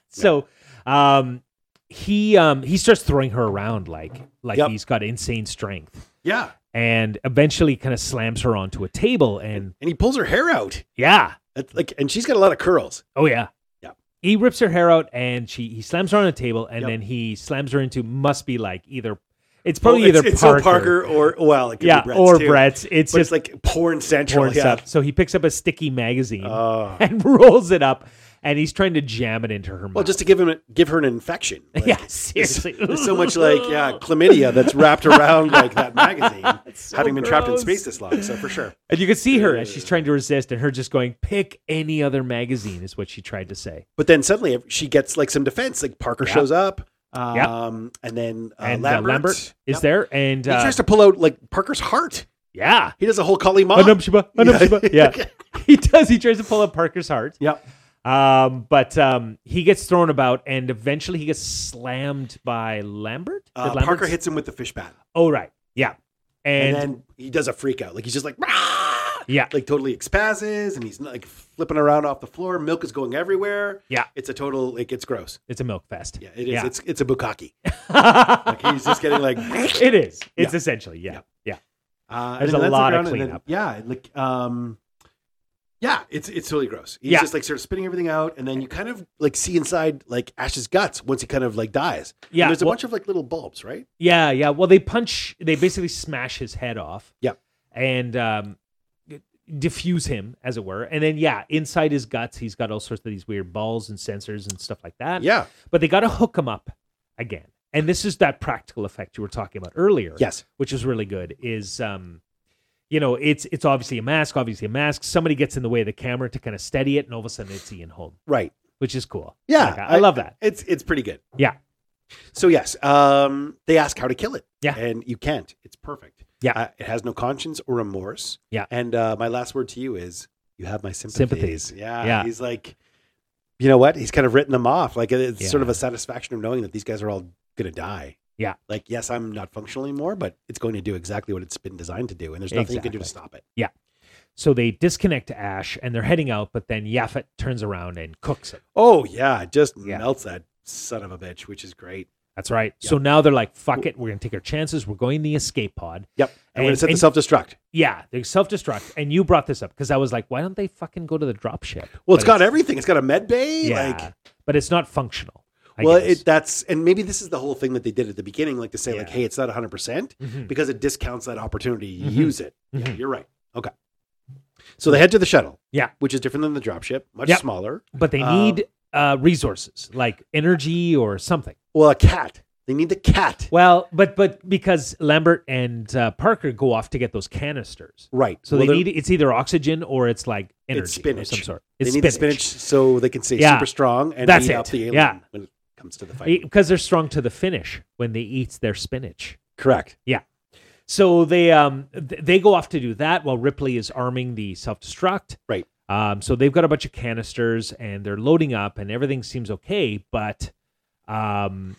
so um he um he starts throwing her around like like Yep. he's got insane strength Yeah. and eventually kind of slams her onto a table and And he pulls her hair out. yeah That's like and she's got a lot of curls. oh yeah Yep. he rips her hair out and she he slams her on a table and Yep. then he slams her into must be like either it's probably Well, either it's, it's Parker, so Parker or well, it could yeah be Brett's or too. Brett's it's But just it's like porn central. torn yeah. stuff so he picks up a sticky magazine Oh. and rolls it up and he's trying to jam it into her mouth well, just to give him a, give her an infection. Like, yeah there's- seriously There's so much like yeah, chlamydia that's wrapped around like that magazine, It's so having been trapped in gross. space this long. So for sure, And you could see her as she's trying to resist, and her just going, "Pick any other magazine," is what she tried to say. but then suddenly she gets like some defense. Like Parker Yeah. shows up, Yeah. um, and then uh, and uh, Lambert, Lambert is Yep. there, and He uh, tries to pull out like Parker's heart. yeah, He does a whole Kali Ma. Anubshiba, Anubshiba. yeah, Okay. he does. He tries to pull up Parker's heart, Yep. um, but um, he gets thrown about, and eventually he gets slammed by Lambert. Did Uh, Lambert Parker s- hits him with the fish bat, Oh right, yeah, and, and, then he does a freak out. Like he's just like. "Rah!" yeah, like totally expases and he's like flipping around off the floor. Milk is going everywhere. Yeah. It's a total, it gets gross. it's a milk fest. Yeah, it is. Yeah. It's, it's a bukkake. Like he's just getting like, uh, it is. It's Yeah. essentially yeah, Yeah. yeah. Uh, and There's then a that's lot of around and then- cleanup. yeah. Like, um, yeah, it's, it's totally gross. He's Yeah. just like sort of spitting everything out. And then you kind of like see inside like Ash's guts once he kind of like dies. And Yeah, there's a well- bunch of like little bulbs, right? Yeah, yeah. Well, they punch. They basically smash his head off. Yeah. and um, diffuse him, as it were. And then, yeah, inside his guts, he's got all sorts of these weird balls and sensors and stuff like that. Yeah. But they got to hook him up again. And this is that practical effect you were talking about earlier. Yes. which is really good. Is um, you know, it's it's obviously a mask. Obviously a mask. Somebody gets in the way of the camera to kind of steady it, and all of a sudden it's Ian Holm, Right. which is cool. Yeah, Like, I, I love that. It's, it's pretty good. Yeah. So yes, um, they ask how to kill it. Yeah. and you can't. It's perfect. Yeah. uh, it has no conscience or remorse. Yeah. and uh, my last word to you is, you have my sympathies. Sympathies. Yeah, Yeah. He's like, you know what? He's kind of written them off. Like it- it's sort of Yeah. a satisfaction of knowing that these guys are all gonna die. Yeah. Like yes, I'm not functional anymore, but it's going to do exactly what it's been designed to do, and there's nothing you can do to stop it. So they disconnect Ash and they're heading out, but then Yaphet turns around and cooks him. Oh yeah, it just Yeah. melts that son of a bitch, which is great. That's right. So now they're like, fuck it. We're going to take our chances. We're going the escape pod. Yep. I'm going to And- set the and- self destruct. Yeah, they self destruct. And you brought this up because I was like, why don't they fucking go to the dropship? Well, it's But got everything. It's got a med bay. Yeah. Like, but it's not functional. I well, guess. it that's and maybe this is the whole thing that they did at the beginning, like to say, like, Yeah. hey, it's not 100 percent Mhm. because it discounts that opportunity. You Mhm. Use it. Yeah, Mhm. you're right. Okay. So they head to the shuttle. Yeah. Which is different than the dropship, much Yep. smaller. But they uh, need uh, resources like energy or something. Well, a cat. They need the cat. Well, but but because Lambert and uh, Parker go off to get those canisters, Right. so Well, they they're- need it's either oxygen or it's like energy It's of some spinach. sort. They It's need the spinach so they can stay Yeah. super strong and That's beat it. up the alien Yeah. when it comes to the fight. because they're strong to the finish when they eat their spinach. Correct. So they um th- they go off to do that while Ripley is arming the self destruct. Right. Um. So they've got a bunch of canisters and they're loading up and everything seems okay, but um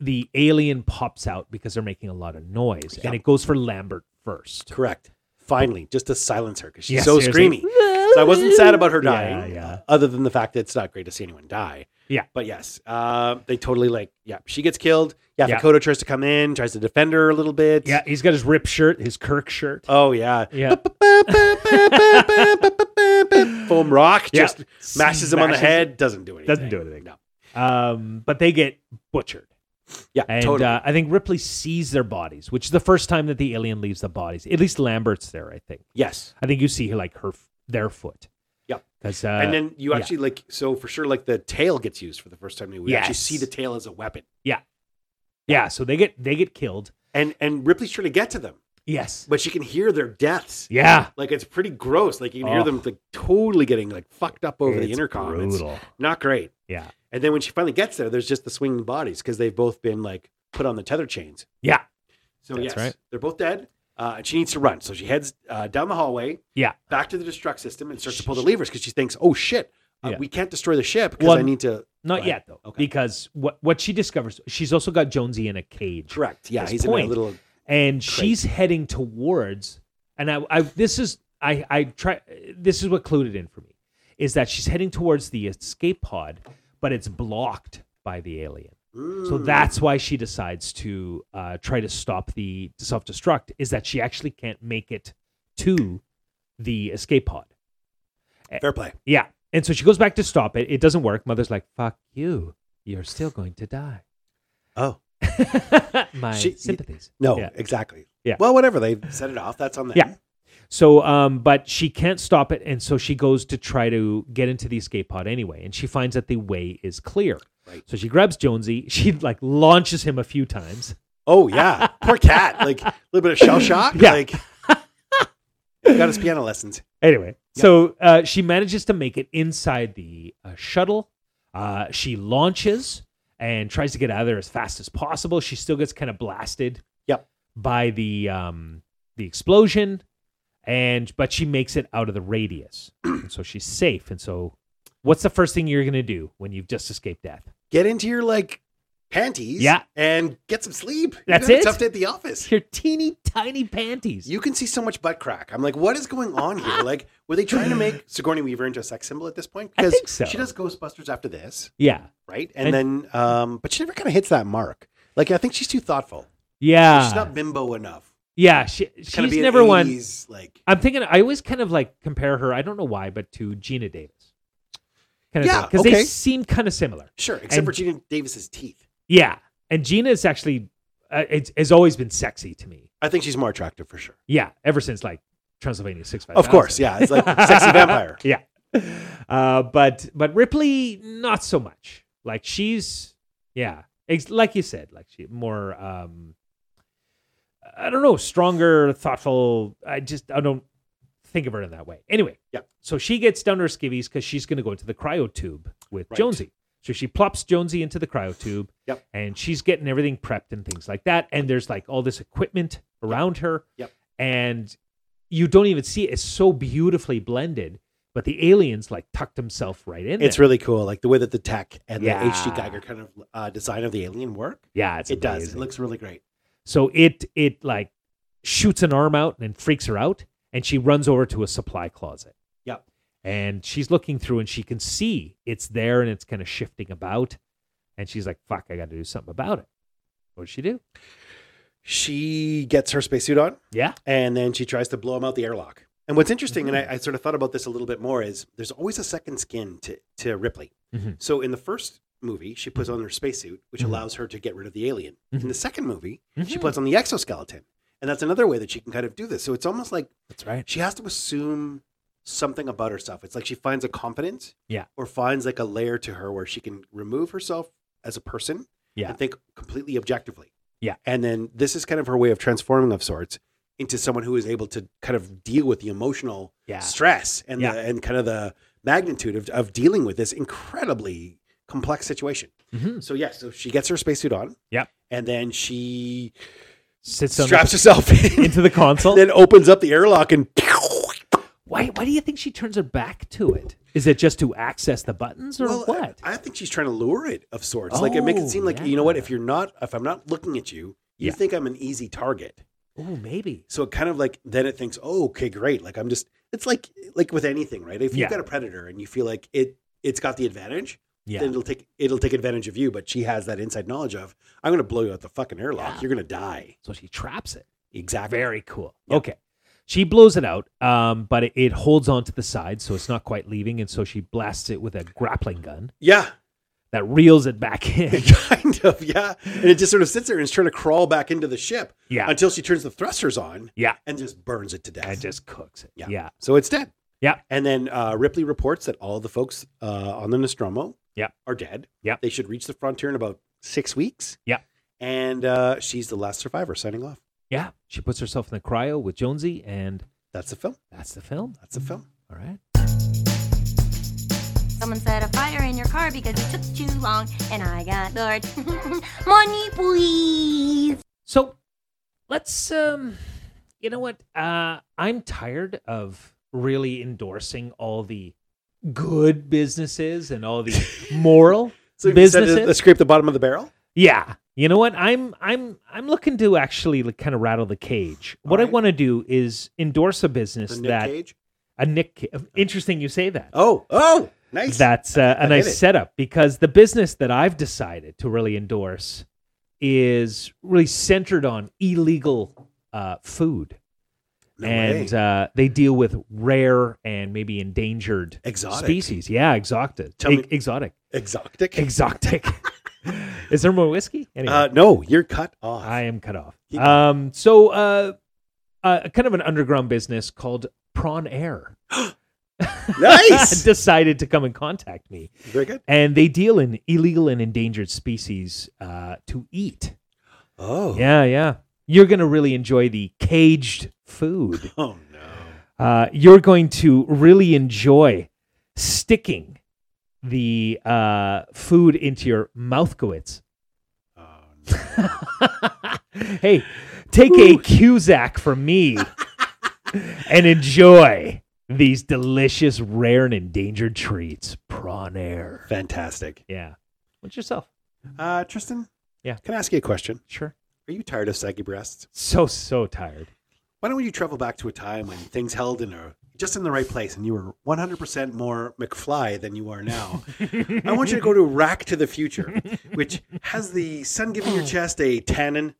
the alien pops out because they're making a lot of noise Yeah. and it goes for Lambert first. Correct. Finally, just to silence her because she's Yeah, so seriously. screamy. So I wasn't sad about her dying, Yeah, yeah. other than the fact that it's not great to see anyone die. Yeah. But yes, uh, they totally like, yeah, she gets killed. Yeah, Yeah. Fakoto tries to come in, tries to defend her a little bit. Yeah, he's got his rip shirt, his Kirk shirt. Oh, yeah. Yeah. Foam rock Yeah. just mashes him on the Smashes- head. Doesn't do anything. Doesn't do anything. No. Um, but they get butchered. Yeah, And totally. uh, I think Ripley sees their bodies, which is the first time that the alien leaves the bodies. At least Lambert's there, I think. yes. I think you see her like her f- their foot. Yep. Because uh, and then you yeah. actually like so for sure like the tail gets used for the first time. We actually Yes. see the tail as a weapon, yeah, so they get they get killed. and and Ripley's trying to get to them, Yes. but she can hear their deaths. Yeah. Like it's pretty gross. Like you can Oh. hear them like totally getting like fucked up over the It's intercom. It's Brutal. not great. Yeah. And then when she finally gets there, there's just the swinging bodies because they've both been like put on the tether chains. Yeah. So That's yes, right. they're both dead. Uh, and she needs to run, so she heads uh, down the hallway. Yeah. Back to the destruct system and starts to pull the levers because she thinks, "Oh shit, uh, Yeah. we can't destroy the ship because Well, I need to." Not Right. yet though, Okay. because what what she discovers, she's also got Jonesy in a cage. Correct. Yeah, His he's in point. a little and she's heading towards and I, I this is I I try this is what clued it in for me is that she's heading towards the escape pod but it's blocked by the alien so Mm. that's why she decides to uh, try to stop the self destruct is that she actually can't make it to the escape pod fair play. yeah and so she goes back to stop it it doesn't work mother's like fuck you you're still going to die Oh my She- y- sympathies no, Yeah. exactly. Yeah. Well, whatever they set it off. That's on them. Yeah. So, um, but she can't stop it, and so she goes to try to get into the escape pod anyway, and she finds that the way is clear. Right. So she grabs Jonesy. She like launches him a few times. Oh yeah. Poor cat. Like a little bit of shell shock. Yeah. Like got his piano lessons. Anyway, so uh, she manages to make it inside the uh, shuttle. Uh, she launches and tries to get out of there as fast as possible. She still gets kind of blasted. Yep. By the um, the explosion, and but she makes it out of the radius, and so she's safe. And so, what's the first thing you're gonna do when you've just escaped death? Get into your like panties. Yeah. And get some sleep. You That's had a it? Tough day at the office. Your teeny tiny panties. You can see so much butt crack. I'm like, what is going on here? Like, were they trying to make Sigourney Weaver into a sex symbol at this point? I Because think so. she does Ghostbusters after this, yeah, right? And, then, um, but she never kind of hits that mark. Like, I think she's too thoughtful. yeah, she's not bimbo enough. yeah. She, Kinda Uh, she's be an never one. 80s, Like, I'm thinking I always kind of like compare her. I don't know why, but to Gina Davis, kind of Yeah, because okay. they seem kind of similar. Sure, except And- for Gina Davis's teeth. Yeah, and Gina is actually uh, it's has always been sexy to me. I think she's more attractive for sure. Yeah, ever since like Transylvania Six Five. Of course, yeah, it's like sexy vampire. yeah, uh, but but Ripley not so much. Like she's yeah, ex- like you said, like she more um, I don't know, stronger, thoughtful. I just I don't think of her in that way. Anyway, Yeah. So she gets down to her skivvies because she's going to go into the cryo tube with Right. Jonesy. So she plops Jonesy into the cryo tube, Yep. and she's getting everything prepped and things like that. And there's like all this equipment around her, Yep. and you don't even see it. It's so beautifully blended, but the aliens like tucked himself right in. It's there. really cool, like the way that the tech and the Yeah. H.G. Geiger kind of uh, design of the alien work. yeah, it's it does. It amazing. looks really great. So it it like shoots an arm out and freaks her out, and she runs over to a supply closet. Yep. And she's looking through, and she can see it's there, and it's kind of shifting about, and she's like, "Fuck, I got to do something about it." What'd she do? She gets her spacesuit on Yeah. and then she tries to blow him out the airlock. And what's interesting, and Mm-hmm. I, I sort of thought about this a little bit more, is there's always a second skin to, to Ripley. Mhm. So in the first movie, she puts on her spacesuit, which Mhm. allows her to get rid of the alien. Mhm. In the second movie, she Mhm. puts on the exoskeleton. And that's another way that she can kind of do this. So it's almost like That's right. she has to assume something about herself. It's like she finds a confidence, Yeah. or finds like a layer to her where she can remove herself as a person, Yeah. and think completely objectively, Yeah. And then this is kind of her way of transforming of sorts into someone who is able to kind of deal with the emotional Yeah. stress and Yeah. the, and kind of the magnitude of of dealing with this incredibly complex situation. Mhm. So yeah, so she gets her spacesuit on, Yep. and then she Sits on the- straps herself in, into the console. then opens up the airlock and. Why? Why do you think she turns her back to it? Is it just to access the buttons or Well, uh, what? I, I think she's trying to lure it of sorts. like it makes Oh, it seem like you know what? yeah. If you're not, if I'm not looking at you, you Yeah. think I'm an easy target. oh, maybe. So it kind of like then it thinks, oh, okay, great. Like I'm just. It's like like with anything, right? If you've Yeah. got a predator and you feel like it, it's got the advantage. Yeah. Then it'll take it'll take advantage of you. But she has that inside knowledge of I'm going to blow you out the fucking airlock. Yeah. You're going to die. so she traps it. Exactly. Very cool. Yeah. Okay. She blows it out, um, but it, it holds onto the side, so it's not quite leaving, and so she blasts it with a grappling gun Yeah, that reels it back in. kind of. Yeah, and it just sort of sits there and it's trying to crawl back into the ship yeah. until she turns the thrusters on. Yeah. and just burns it to death. And just cooks it. Yeah. yeah. So it's dead. Yeah. And then uh, Ripley reports that all the folks uh, on the Nostromo Yeah. are dead. Yeah. They should reach the frontier in about six weeks. Yeah. And uh, she's the last survivor signing off. Yeah. She puts herself in the cryo with Jonesy, and That's the film. that's the film. That's the film. All right. Someone set a fire in your car because it took too long and I got bored. Money, please. So let's um you know what? Uh I'm tired of really endorsing all the good businesses and all the moral So you said businesses. let's scrape the bottom of the barrel. Yeah. You know what? I'm I'm I'm looking to actually like kind of rattle the cage. What I Alright. want to do is endorse a business The Nick that Cage. a Nick Ca- uh, interesting you say that. Oh, oh, nice. That's uh, a I nice get it. setup because the business that I've decided to really endorse is really centered on illegal uh, food, No and way. uh, they deal with rare and maybe endangered exotic. species. Yeah, exotic, E, Tell me- exotic, Exotic. exotic. is there more whiskey? Anyway, uh, no, you're cut off. I am cut off. Keep going. Um, so uh, uh, kind of an underground business called Prawn Air nice. decided to come and contact me Very good. and they deal in illegal and endangered species uh, to eat. Oh. Yeah, yeah. You're going to really enjoy the caged food. Oh no. Uh, you're going to really enjoy sticking the uh, food into your mouth goits. Oh, no. hey, take a Cusack from me and enjoy these delicious, rare, and endangered treats. Prawn air. Fantastic. Yeah. What's yourself? Uh, Tristan. Yeah. Can I ask you a question? Sure. Are you tired of saggy breasts? so so tired. Why don't you travel back to a time when things held in a just in the right place and you were 100% more McFly than you are now? I want you to go to Rack to the Future, which has the sun giving your chest a tannin.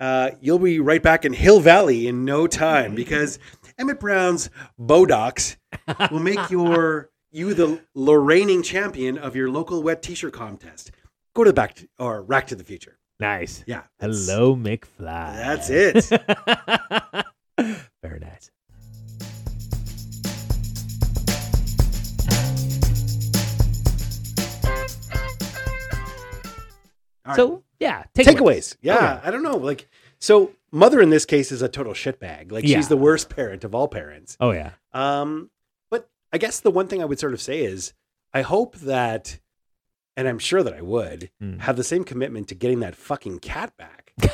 Uh, you'll be right back in Hill Valley in no time because Emmett Brown's Bodox will make your you the reigning champion of your local wet t-shirt contest. Go to back to, or Rack to the Future. Nice. Yeah. that's- Hello, McFly. That's it. Very nice. All right. So yeah, takeaways. Yeah, I don't know. Like, so mother in this case is a total shitbag. Like, Yeah. she's the worst parent of all parents. Oh yeah. Um, but I guess the one thing I would sort of say is, I hope that, and I'm sure that I would Mm. have the same commitment to getting that fucking cat back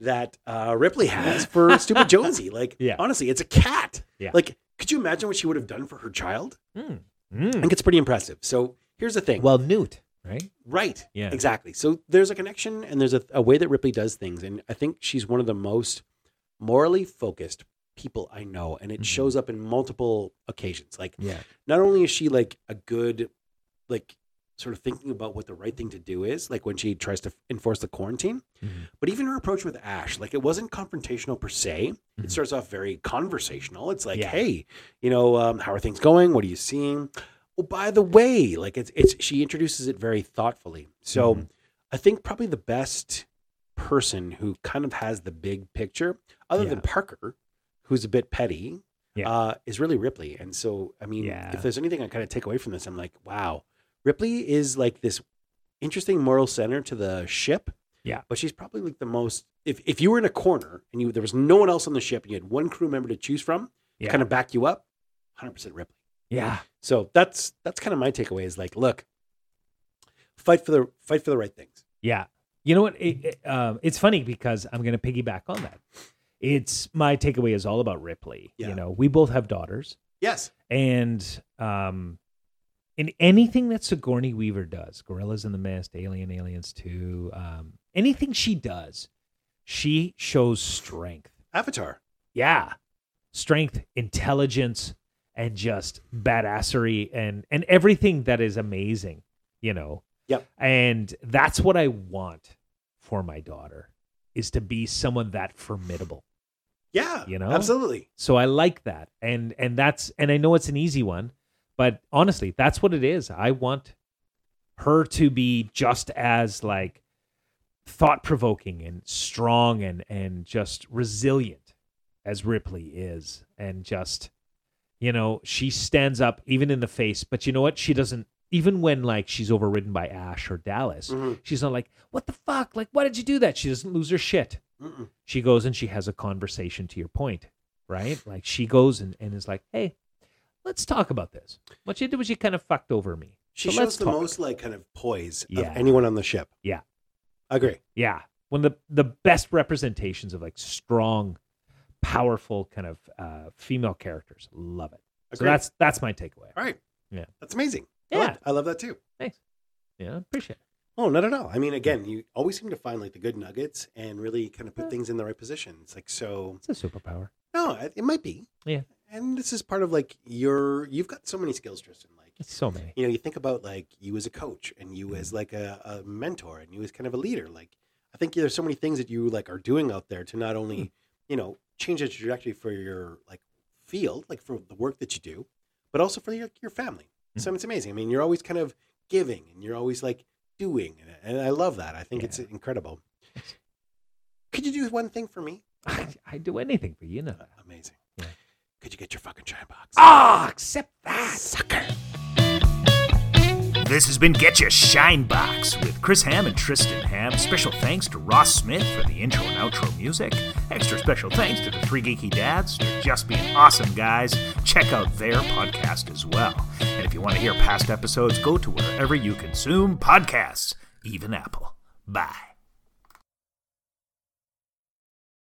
that uh, Ripley has for stupid Jonesy. Like, Yeah. honestly, it's a cat. Yeah. Like, could you imagine what she would have done for her child? Mm. I Mm. think it's pretty impressive. So here's the thing. Well, Newt, right? Right. Yeah. Exactly. So there's a connection and there's a, a way that Ripley does things. And I think she's one of the most morally focused people I know. And it Mhm. shows up in multiple occasions. Like, Yeah. not only is she like a good, like, sort of thinking about what the right thing to do is, like when she tries to f- enforce the quarantine. Mm-hmm. But even her approach with Ash, like it wasn't confrontational per se. It starts off very conversational. It's like, Mm-hmm. Yeah. hey, you know, um, how are things going? What are you seeing? Oh, by the way, like it's it's she introduces it very thoughtfully. So Mhm. I think probably the best person who kind of has the big picture, other than Yeah. Parker, who's a bit petty, Yeah. uh, is really Ripley. And so, I mean, Yeah. if there's anything I kind of take away from this, I'm like, wow, Ripley is like this interesting moral center to the ship. Yeah. But she's probably like the most. If, if you were in a corner and you there was no one else on the ship and you had one crew member to choose from, Yeah. kind of back you up, 100% Ripley. yeah. So that's that's kind of my takeaway is like, look, fight for the fight for the right things. Yeah. You know what? It, it, um, it's funny because I'm going to piggyback on that. It's my takeaway is all about Ripley. Yeah. You know, we both have daughters, Yes. and um, in anything that Sigourney Weaver does, Gorillas in the Mist, Alien, Aliens Two, um, anything she does, she shows strength. Avatar. Yeah, strength, intelligence, and just badassery, and and everything that is amazing. You know, Yep. and that's what I want for my daughter is to be someone that formidable. Yeah. You know? Absolutely. So I like that. And and that's and I know it's an easy one, but honestly, that's what it is. I want her to be just as like thought provoking and strong and and just resilient as Ripley is and just you know, she stands up even in the face, but you know what? She doesn't even when like she's overridden by Ash or Dallas, Mhm. she's not like, "What the fuck? Like why did you do that?" She doesn't lose her shit Mm-mm. she goes and she has a conversation to your point, right? Like she goes and, and is like, hey, let's talk about this. What you did was you kind of fucked over me. She So shows let's the talk. most like kind of poise Yeah. of anyone on the ship. Yeah. I agree. Yeah. One of the, the best representations of like strong, powerful kind of uh, female characters. Love it. So Agree. that's that's my takeaway. all right. Yeah. That's amazing. I Yeah. love, I love that too. Yeah, appreciate it. Oh, not at all. I mean, again, you always seem to find like the good nuggets and really kind of put things in the right positions. Like, so It's a superpower. no, it it might be. Yeah. And this is part of like your, you've got so many skills, Tristan. Like, It's so many. you know, you think about like you as a coach and you Mm-hmm. as like a, a mentor and you as kind of a leader. Like, I think there's so many things that you like are doing out there to Hmm. not only, you know, change the trajectory for your like field, like for the work that you do, but also for your, your family. Hmm. So it's amazing. I mean, you're always kind of giving and you're always like doing. And, and I love that. I think it's Yeah. incredible. Could you do one thing for me? I, I do anything for you, you know. that. Amazing. Uh, Yeah. Could you get your fucking shine box? Ah, accept that. sucker. This has been Get Your Shine Box with Chris Ham and Tristan Ham. Special thanks to Ross Smith for the intro and outro music. Extra special thanks to the Three Geeky Dads for just being awesome guys. Check out their podcast as well. And if you want to hear past episodes, go to wherever you consume podcasts, even Apple. Bye.